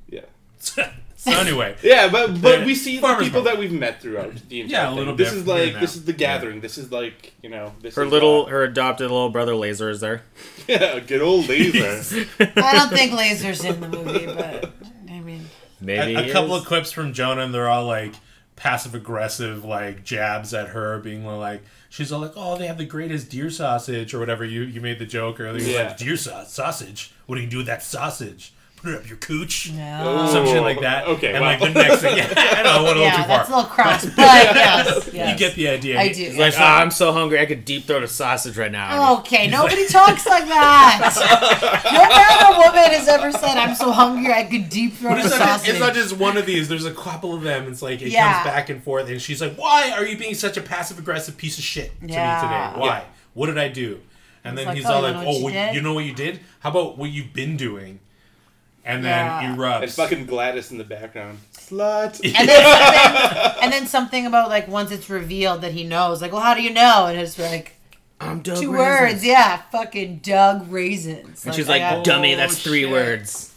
[SPEAKER 6] Yeah.
[SPEAKER 1] *laughs* so anyway,
[SPEAKER 6] Yeah, but but
[SPEAKER 1] Yeah.
[SPEAKER 6] we see the
[SPEAKER 1] Farmer's
[SPEAKER 6] people
[SPEAKER 1] market.
[SPEAKER 6] that we've met throughout the entire
[SPEAKER 1] Yeah, a
[SPEAKER 6] thing.
[SPEAKER 1] little
[SPEAKER 6] This
[SPEAKER 1] bit
[SPEAKER 6] is
[SPEAKER 1] here
[SPEAKER 6] like
[SPEAKER 1] now.
[SPEAKER 6] this is the gathering. This is like you know this
[SPEAKER 5] Her
[SPEAKER 6] is,
[SPEAKER 5] little,
[SPEAKER 6] uh,
[SPEAKER 5] her adopted little brother Laser is there.
[SPEAKER 6] *laughs* yeah, good old
[SPEAKER 1] *laughs*
[SPEAKER 6] laser.
[SPEAKER 2] I don't think Laser's in the movie, but I mean,
[SPEAKER 5] Maybe
[SPEAKER 1] a,
[SPEAKER 5] he
[SPEAKER 1] a couple
[SPEAKER 5] is.
[SPEAKER 1] of clips from Jonah, and they're all like passive aggressive, like jabs at her, being like, she's all like, "Oh, they have the greatest deer sausage or whatever." You you made the joke earlier,
[SPEAKER 6] Yeah.
[SPEAKER 1] like deer sau- sausage. What do you do with that sausage? Put it up your cooch.
[SPEAKER 2] no.
[SPEAKER 1] Some shit like that.
[SPEAKER 6] Oh, Okay,
[SPEAKER 1] And
[SPEAKER 6] wow.
[SPEAKER 1] like the next thing, *laughs* yeah, I know, I went a little
[SPEAKER 2] yeah,
[SPEAKER 1] too far.
[SPEAKER 2] that's a little cross,
[SPEAKER 1] *laughs*
[SPEAKER 2] but yes, yes.
[SPEAKER 1] You get the idea.
[SPEAKER 2] I do.
[SPEAKER 1] It's
[SPEAKER 5] Like,
[SPEAKER 1] Like,
[SPEAKER 5] "Ah, I'm so hungry. I could deep throat a sausage right now.
[SPEAKER 2] Okay, nobody talks like that.
[SPEAKER 1] *laughs*
[SPEAKER 2] no man or woman has ever said, "I'm so hungry I could deep throat a
[SPEAKER 1] It's not, just,
[SPEAKER 2] sausage."
[SPEAKER 1] it's not just one of these. There's a couple of them. It's like it
[SPEAKER 2] Yeah.
[SPEAKER 1] comes back and forth, and she's like, "Why are you being such a passive aggressive piece of shit to
[SPEAKER 2] Yeah.
[SPEAKER 1] me today? Why? What did I do?" And then
[SPEAKER 2] like,
[SPEAKER 1] he's
[SPEAKER 2] "Oh,
[SPEAKER 1] all
[SPEAKER 2] you
[SPEAKER 1] like,
[SPEAKER 2] know what
[SPEAKER 1] "Oh,
[SPEAKER 2] you
[SPEAKER 1] what-
[SPEAKER 2] did?"
[SPEAKER 1] you know what you did? How about what you've been doing?" And
[SPEAKER 2] Yeah.
[SPEAKER 1] then erupts.
[SPEAKER 6] and fucking Gladys in the background. *laughs* Slut.
[SPEAKER 2] and then something, and then something about like once it's revealed that he knows, like, well, how do you know? And it's like
[SPEAKER 5] I'm Doug
[SPEAKER 2] two
[SPEAKER 5] Raisin.
[SPEAKER 2] words, yeah, fucking Doug raisins.
[SPEAKER 5] And she's like,
[SPEAKER 2] I got-
[SPEAKER 5] dummy,
[SPEAKER 1] "Oh,
[SPEAKER 5] that's three
[SPEAKER 1] shit."
[SPEAKER 5] words.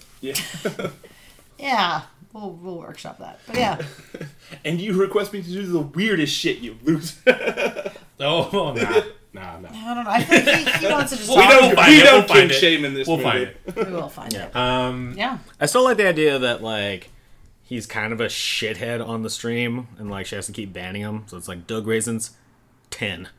[SPEAKER 2] yeah, we'll we'll workshop that, but yeah,
[SPEAKER 6] And you request me to do the weirdest shit, you loser. *laughs* nah,
[SPEAKER 1] oh, *laughs* nah.
[SPEAKER 6] nah.
[SPEAKER 2] I don't know. I think he, he wants to just.
[SPEAKER 1] *laughs* Well,
[SPEAKER 6] We don't,
[SPEAKER 1] We'll find
[SPEAKER 6] we
[SPEAKER 1] it,
[SPEAKER 6] don't
[SPEAKER 1] we'll find
[SPEAKER 6] kink
[SPEAKER 1] it.
[SPEAKER 6] shame in this
[SPEAKER 1] We'll
[SPEAKER 6] movie.
[SPEAKER 1] find it.
[SPEAKER 2] we will find it.
[SPEAKER 1] Um,
[SPEAKER 2] Yeah.
[SPEAKER 5] I still like the idea that like he's kind of a shithead on the stream, and like she has to keep banning him. So it's like Doug raisins, ten.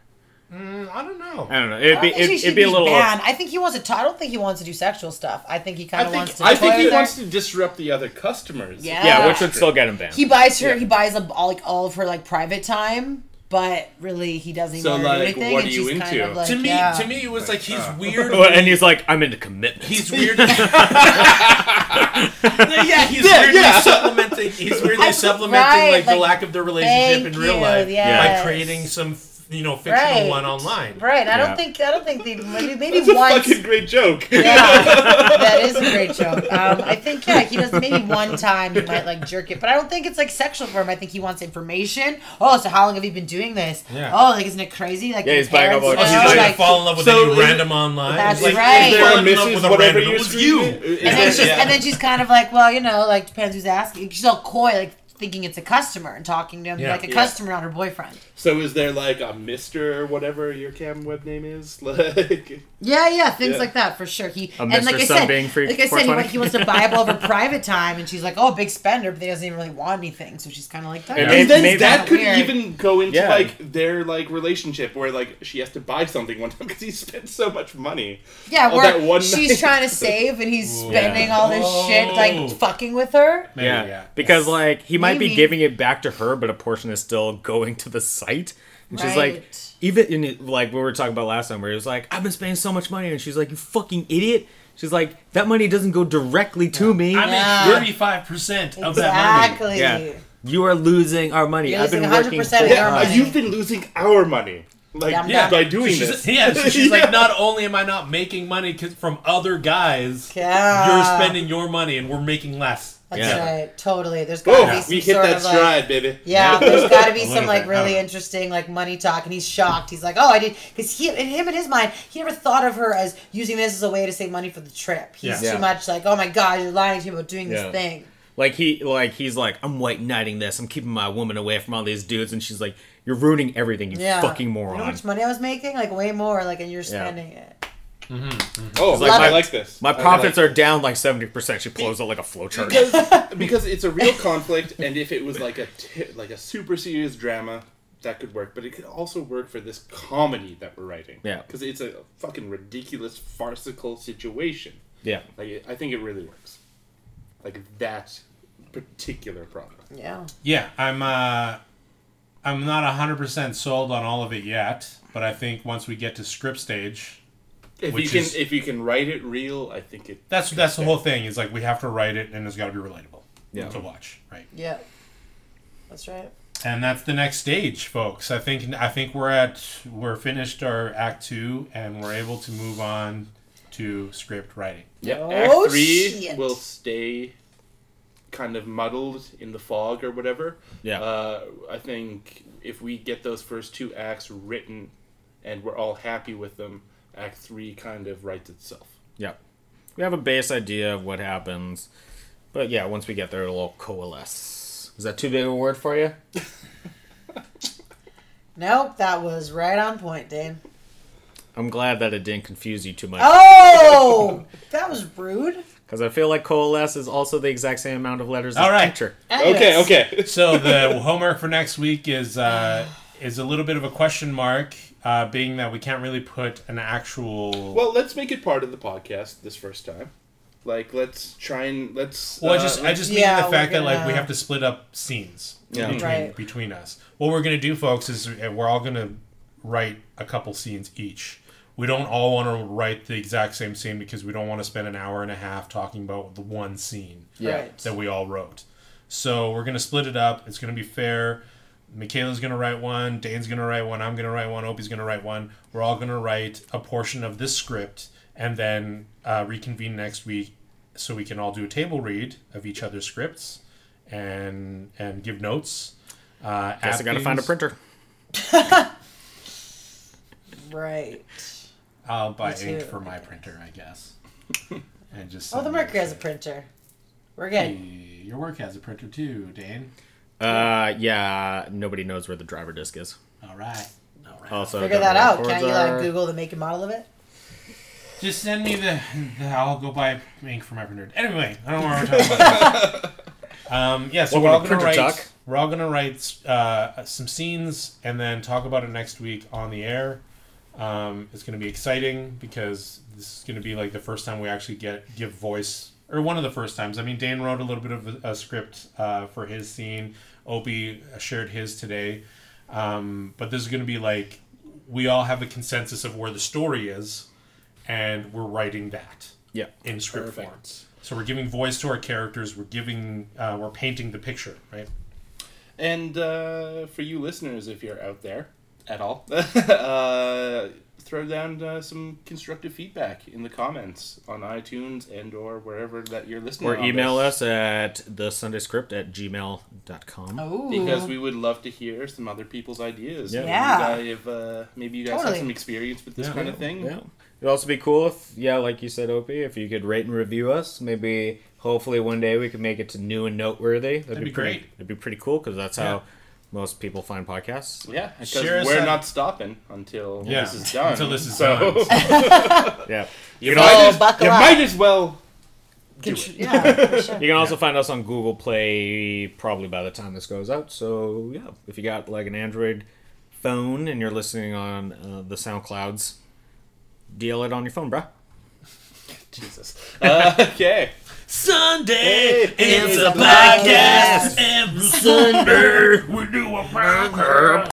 [SPEAKER 1] I don't know.
[SPEAKER 5] I don't know. It'd
[SPEAKER 2] I
[SPEAKER 5] be
[SPEAKER 2] don't think
[SPEAKER 5] it'd,
[SPEAKER 2] she
[SPEAKER 5] it'd
[SPEAKER 2] should
[SPEAKER 5] be a little.
[SPEAKER 2] banned. I think he wants to. T- I don't think he wants to do sexual stuff. I think he kind
[SPEAKER 1] I
[SPEAKER 2] of
[SPEAKER 1] think-
[SPEAKER 2] wants to.
[SPEAKER 6] I think
[SPEAKER 2] toy
[SPEAKER 6] he
[SPEAKER 2] with her.
[SPEAKER 6] wants to disrupt the other customers. *laughs*
[SPEAKER 2] Yeah.
[SPEAKER 5] Yeah, which would still get him banned.
[SPEAKER 2] He buys her. He buys a, all, like all of her like private time, but really he doesn't even
[SPEAKER 6] So,
[SPEAKER 2] wanna do
[SPEAKER 6] like,
[SPEAKER 2] anything.
[SPEAKER 6] what are
[SPEAKER 2] and
[SPEAKER 6] you
[SPEAKER 2] she's Kind
[SPEAKER 6] into?
[SPEAKER 2] of like,
[SPEAKER 1] to me,
[SPEAKER 2] yeah.
[SPEAKER 1] to me, it was like he's weird.
[SPEAKER 5] *laughs* Well, *laughs* and he's like, I'm into
[SPEAKER 2] *laughs*
[SPEAKER 5] commitment.
[SPEAKER 1] He's weird. yeah, he's weirdly supplementing. He's weirdly
[SPEAKER 2] I'm-
[SPEAKER 1] supplementing
[SPEAKER 2] right,
[SPEAKER 1] like, the
[SPEAKER 2] like,
[SPEAKER 1] lack of their relationship
[SPEAKER 2] thank
[SPEAKER 1] in real
[SPEAKER 2] you,
[SPEAKER 1] life
[SPEAKER 2] yes.
[SPEAKER 1] by creating some, you know, fictional
[SPEAKER 2] right.
[SPEAKER 1] one online.
[SPEAKER 2] Right. I
[SPEAKER 5] Yeah.
[SPEAKER 2] don't think. I don't think
[SPEAKER 6] *laughs*
[SPEAKER 2] they maybe maybe
[SPEAKER 6] It's a
[SPEAKER 2] once.
[SPEAKER 6] fucking great joke.
[SPEAKER 2] *laughs* Yeah, that is a great joke. Um, I think yeah, he does maybe one time he might like jerk it, but I don't think it's like sexual for him. I think he wants information. Oh, so how long have you been doing this?
[SPEAKER 1] Yeah.
[SPEAKER 2] Oh, like isn't it crazy? Like
[SPEAKER 5] Yeah,
[SPEAKER 2] your
[SPEAKER 5] he's buying up
[SPEAKER 2] parents
[SPEAKER 1] Oh,
[SPEAKER 5] all- he's
[SPEAKER 2] know,
[SPEAKER 1] she's
[SPEAKER 5] buying
[SPEAKER 1] like,
[SPEAKER 2] like,
[SPEAKER 1] fall in love with
[SPEAKER 6] So
[SPEAKER 1] a
[SPEAKER 6] is-
[SPEAKER 1] random online.
[SPEAKER 2] That's
[SPEAKER 1] He's like,
[SPEAKER 2] right.
[SPEAKER 1] Is there a
[SPEAKER 6] Mrs.
[SPEAKER 1] Mrs. with a
[SPEAKER 6] whatever
[SPEAKER 1] random? It
[SPEAKER 6] you're *laughs*
[SPEAKER 1] was you.
[SPEAKER 6] screaming?
[SPEAKER 2] And then,
[SPEAKER 6] Is
[SPEAKER 2] she's,
[SPEAKER 6] there-
[SPEAKER 2] and then she's kind of like, well, you know, like depends who's asking. She's all coy, like thinking it's a customer and talking to him
[SPEAKER 1] Yeah.
[SPEAKER 2] like a
[SPEAKER 1] Yeah.
[SPEAKER 2] customer, not her boyfriend.
[SPEAKER 6] So is there like a Mister or whatever your cam web name is? *laughs* Like,
[SPEAKER 2] Yeah, yeah, things
[SPEAKER 6] Yeah.
[SPEAKER 2] like that for sure. He
[SPEAKER 5] A
[SPEAKER 2] and
[SPEAKER 5] Mr.
[SPEAKER 2] like I said,
[SPEAKER 5] Sunbeam for-
[SPEAKER 2] like I said, he,
[SPEAKER 5] 420.
[SPEAKER 2] wants- he wants to buy up all of
[SPEAKER 6] *laughs*
[SPEAKER 2] her private time, and she's like, oh, big spender, but he doesn't even really want anything, so she's kind of like,
[SPEAKER 5] And
[SPEAKER 2] that.
[SPEAKER 5] Maybe-
[SPEAKER 6] and then
[SPEAKER 5] maybe-
[SPEAKER 6] that could
[SPEAKER 2] Weird.
[SPEAKER 6] even go into
[SPEAKER 5] Yeah.
[SPEAKER 6] like their like relationship where like she has to buy something one time because he *laughs* spent so much money.
[SPEAKER 2] yeah,
[SPEAKER 6] Oh,
[SPEAKER 2] we're,
[SPEAKER 6] that one
[SPEAKER 2] she's
[SPEAKER 6] night.
[SPEAKER 2] trying to save, and he's
[SPEAKER 1] Whoa.
[SPEAKER 2] spending all this shit,
[SPEAKER 1] Whoa.
[SPEAKER 2] like fucking with her.
[SPEAKER 1] Maybe,
[SPEAKER 5] Yeah, because like he might
[SPEAKER 2] Maybe.
[SPEAKER 5] be giving it back to her, but a portion is still going to the site. And she's like,
[SPEAKER 2] Right.
[SPEAKER 5] even in it- like what we were talking about last time, where he was like, "I've been spending so much money," and she's like, "You fucking idiot." She's like, "That money doesn't go directly to me.
[SPEAKER 1] I
[SPEAKER 2] Yeah.
[SPEAKER 1] mean, thirty-five percent of that money.
[SPEAKER 2] Exactly.
[SPEAKER 5] Yeah. you are losing our money.
[SPEAKER 2] You're
[SPEAKER 5] I've been
[SPEAKER 2] losing
[SPEAKER 5] working
[SPEAKER 2] 100% of
[SPEAKER 6] Uh,
[SPEAKER 5] full
[SPEAKER 2] your
[SPEAKER 5] time."
[SPEAKER 2] money.
[SPEAKER 6] you've been losing our money. Like
[SPEAKER 2] Yeah, I'm
[SPEAKER 1] Yeah.
[SPEAKER 6] by doing
[SPEAKER 1] she's,
[SPEAKER 6] this.
[SPEAKER 1] Yeah,
[SPEAKER 6] *laughs*
[SPEAKER 1] so she's
[SPEAKER 6] Yeah.
[SPEAKER 1] like, not only am I not making money 'cause- from other guys,
[SPEAKER 2] Yeah.
[SPEAKER 1] you're spending your money and we're making less.
[SPEAKER 2] That's
[SPEAKER 5] Yeah.
[SPEAKER 2] right. Totally. There's
[SPEAKER 6] Oh,
[SPEAKER 2] gotta be some
[SPEAKER 6] we hit
[SPEAKER 2] sort
[SPEAKER 6] that
[SPEAKER 2] of like-
[SPEAKER 6] stride, baby.
[SPEAKER 2] yeah, there's got to be
[SPEAKER 5] A
[SPEAKER 2] some
[SPEAKER 5] little
[SPEAKER 2] like
[SPEAKER 5] bit, I
[SPEAKER 2] really
[SPEAKER 5] don't know.
[SPEAKER 2] interesting like money talk, and he's shocked. He's like, "Oh, I did," because he, in him in his mind, he never thought of her as using this as a way to save money for the trip. He's
[SPEAKER 1] Yeah.
[SPEAKER 2] too
[SPEAKER 5] Yeah.
[SPEAKER 2] much like, "Oh my god, you're lying to me about doing
[SPEAKER 5] Yeah.
[SPEAKER 2] this thing."
[SPEAKER 5] Like he like he's like, I'm white knighting this, I'm keeping my woman away from all these dudes and she's like, You're ruining everything, you
[SPEAKER 2] Yeah,
[SPEAKER 5] fucking
[SPEAKER 2] You know how
[SPEAKER 5] moron.
[SPEAKER 2] much money I was making? Like way more. Like, and you're spending it.
[SPEAKER 6] Oh,
[SPEAKER 5] like
[SPEAKER 6] I
[SPEAKER 5] my-
[SPEAKER 6] like this.
[SPEAKER 5] My
[SPEAKER 6] I like
[SPEAKER 5] profits are down like seventy percent. She blows out like a flowchart.
[SPEAKER 4] because, because it's a real conflict, and if it was like a ti- like a super serious drama, that could work. But it could also work for this comedy that we're writing.
[SPEAKER 5] Yeah.
[SPEAKER 4] because it's a fucking ridiculous, farcical situation.
[SPEAKER 5] Yeah.
[SPEAKER 4] Like it, I think it really works. Like that particular problem.
[SPEAKER 2] Yeah.
[SPEAKER 1] Yeah, I'm uh I'm not 100% sold on all of it yet, but I think once we get to script stage,
[SPEAKER 4] If
[SPEAKER 1] Which
[SPEAKER 4] you can
[SPEAKER 1] is-
[SPEAKER 4] if you can write it real, I think it.
[SPEAKER 1] that's that's the whole thing. Is like we have to write it and it's got to be relatable
[SPEAKER 5] Yeah.
[SPEAKER 1] to watch, right?
[SPEAKER 2] Yeah. That's right.
[SPEAKER 1] And that's the next stage, folks. I think I think we're at we're finished our act 2 and we're able to move on to script writing.
[SPEAKER 4] Yeah.
[SPEAKER 2] Oh,
[SPEAKER 4] Act three
[SPEAKER 2] shit.
[SPEAKER 4] will stay kind of muddled in the fog or whatever.
[SPEAKER 5] Yeah.
[SPEAKER 4] Uh, I think if we get those first two acts written and we're all happy with them, act three kind of writes itself.
[SPEAKER 5] Yeah. We have a base idea of what happens. But yeah, once we get there it'll coalesce. Is that too big of a word for you?
[SPEAKER 2] Nope, that was right on point, Dane.
[SPEAKER 5] I'm glad that it didn't confuse you too much.
[SPEAKER 2] Oh, that was rude.
[SPEAKER 5] Because I feel like coalesce is also the exact same amount of letters
[SPEAKER 1] All
[SPEAKER 5] as
[SPEAKER 1] right.
[SPEAKER 5] picture.
[SPEAKER 6] Okay,
[SPEAKER 2] Anyways.
[SPEAKER 4] *laughs*
[SPEAKER 6] okay.
[SPEAKER 1] So the homework for next week is uh is a little bit of a question mark uh, being that we can't really put an actual
[SPEAKER 6] Well, let's
[SPEAKER 4] Let's make it part of the podcast this first time. Like, let's try and let's.
[SPEAKER 1] Well, I
[SPEAKER 4] uh,
[SPEAKER 1] just I
[SPEAKER 4] let's-
[SPEAKER 1] just mean
[SPEAKER 2] Yeah,
[SPEAKER 1] the fact
[SPEAKER 2] we're
[SPEAKER 1] that like we
[SPEAKER 2] gonna-
[SPEAKER 1] have to split up scenes
[SPEAKER 5] Yeah.
[SPEAKER 1] between
[SPEAKER 2] Right.
[SPEAKER 1] between us. What we're gonna do, folks, is uh, we're all gonna write a couple scenes each. We don't all want to write the exact same scene because we don't want to spend an hour and a half talking about the one scene
[SPEAKER 5] Yeah.
[SPEAKER 2] Right.
[SPEAKER 1] that we all wrote. So we're gonna split it up. It's gonna be fair. Michaela's gonna write one. Dane's gonna write one. I'm gonna write one. Opie's gonna write one. We're all gonna write a portion of this script and then uh, reconvene next week so we can all do a table read of each other's scripts and and give notes. Uh,
[SPEAKER 5] Guess I gotta find a
[SPEAKER 1] print.
[SPEAKER 5] printer.
[SPEAKER 2] Right.
[SPEAKER 1] I'll buy
[SPEAKER 2] Me
[SPEAKER 1] ink
[SPEAKER 2] too,
[SPEAKER 1] for
[SPEAKER 2] I
[SPEAKER 1] my
[SPEAKER 2] guess.
[SPEAKER 1] printer, I
[SPEAKER 2] *laughs*
[SPEAKER 1] guess. and just
[SPEAKER 2] Oh, the
[SPEAKER 1] send
[SPEAKER 2] Mercury
[SPEAKER 1] it
[SPEAKER 2] has a
[SPEAKER 1] to-
[SPEAKER 2] printer. We're good.
[SPEAKER 1] Your work has a printer too, Dane.
[SPEAKER 5] Uh, yeah, nobody knows where the driver disc is.
[SPEAKER 1] All right. All right.
[SPEAKER 5] Also,
[SPEAKER 2] Figure that
[SPEAKER 5] don't know where
[SPEAKER 2] out.
[SPEAKER 5] the
[SPEAKER 2] Can't you
[SPEAKER 5] cords
[SPEAKER 2] like
[SPEAKER 5] are.
[SPEAKER 2] Google the make and model of it?
[SPEAKER 1] Just send me the, the. I'll go buy ink for my printer. Anyway, I don't know what we're talking about. *laughs* um, yeah, so
[SPEAKER 5] Welcome to
[SPEAKER 1] we're all gonna
[SPEAKER 5] Printer
[SPEAKER 1] write.
[SPEAKER 5] Talk.
[SPEAKER 1] We're all gonna write uh, some scenes and then talk about it next week on the air. Um, it's gonna be exciting because this is gonna be like the first time we actually get give voice or one of the first times. I mean, Dan wrote a little bit of a, a script uh, for his scene. Opie shared his today, um, but this is gonna be like we all have a consensus of where the story is and we're writing that
[SPEAKER 5] Yeah,
[SPEAKER 1] in script form. So we're giving voice to our characters. We're giving, uh, we're painting the picture, right?
[SPEAKER 4] And uh, for you listeners, if you're out there at all, *laughs* uh, throw down uh, some constructive feedback in the comments on iTunes and or wherever that you're listening.
[SPEAKER 5] or
[SPEAKER 4] on
[SPEAKER 5] email
[SPEAKER 4] this.
[SPEAKER 5] us at the Sunday Script at gmail.com.
[SPEAKER 2] Ooh.
[SPEAKER 4] Because we would love to hear some other people's ideas.
[SPEAKER 5] Yeah.
[SPEAKER 4] Maybe
[SPEAKER 2] Yeah.
[SPEAKER 4] You guys have, uh, maybe you guys
[SPEAKER 2] Totally.
[SPEAKER 4] have some experience with this
[SPEAKER 1] Yeah.
[SPEAKER 4] kind of thing.
[SPEAKER 5] Yeah, it'd also be cool if, yeah, like you said, Opie, if you could rate and review us. Maybe, hopefully, one day we could make it to new and noteworthy. That'd,
[SPEAKER 1] be
[SPEAKER 5] pretty,
[SPEAKER 1] great.
[SPEAKER 5] That'd be pretty cool because that's
[SPEAKER 1] Yeah.
[SPEAKER 5] how most people find podcasts.
[SPEAKER 4] Yeah, because
[SPEAKER 1] Share us
[SPEAKER 4] we're
[SPEAKER 1] that-
[SPEAKER 4] not stopping until
[SPEAKER 1] Yeah.
[SPEAKER 4] this is done.
[SPEAKER 1] Until this is
[SPEAKER 4] So-
[SPEAKER 1] done.
[SPEAKER 4] *laughs*
[SPEAKER 5] Yeah, you can, also,
[SPEAKER 2] Oh,
[SPEAKER 4] Might as-
[SPEAKER 2] buckle
[SPEAKER 4] you
[SPEAKER 2] up.
[SPEAKER 4] might as well.
[SPEAKER 2] Contr- yeah, for *laughs* sure.
[SPEAKER 5] you can also find us on Google Play probably by the time this goes out. So yeah, if you got like an Android phone and you're listening on uh, the SoundClouds, deal it on your phone, bruh.
[SPEAKER 4] Jesus. *laughs* Uh, okay.
[SPEAKER 1] Sunday,
[SPEAKER 2] it's a podcast.
[SPEAKER 1] every Sunday. We do a podcast.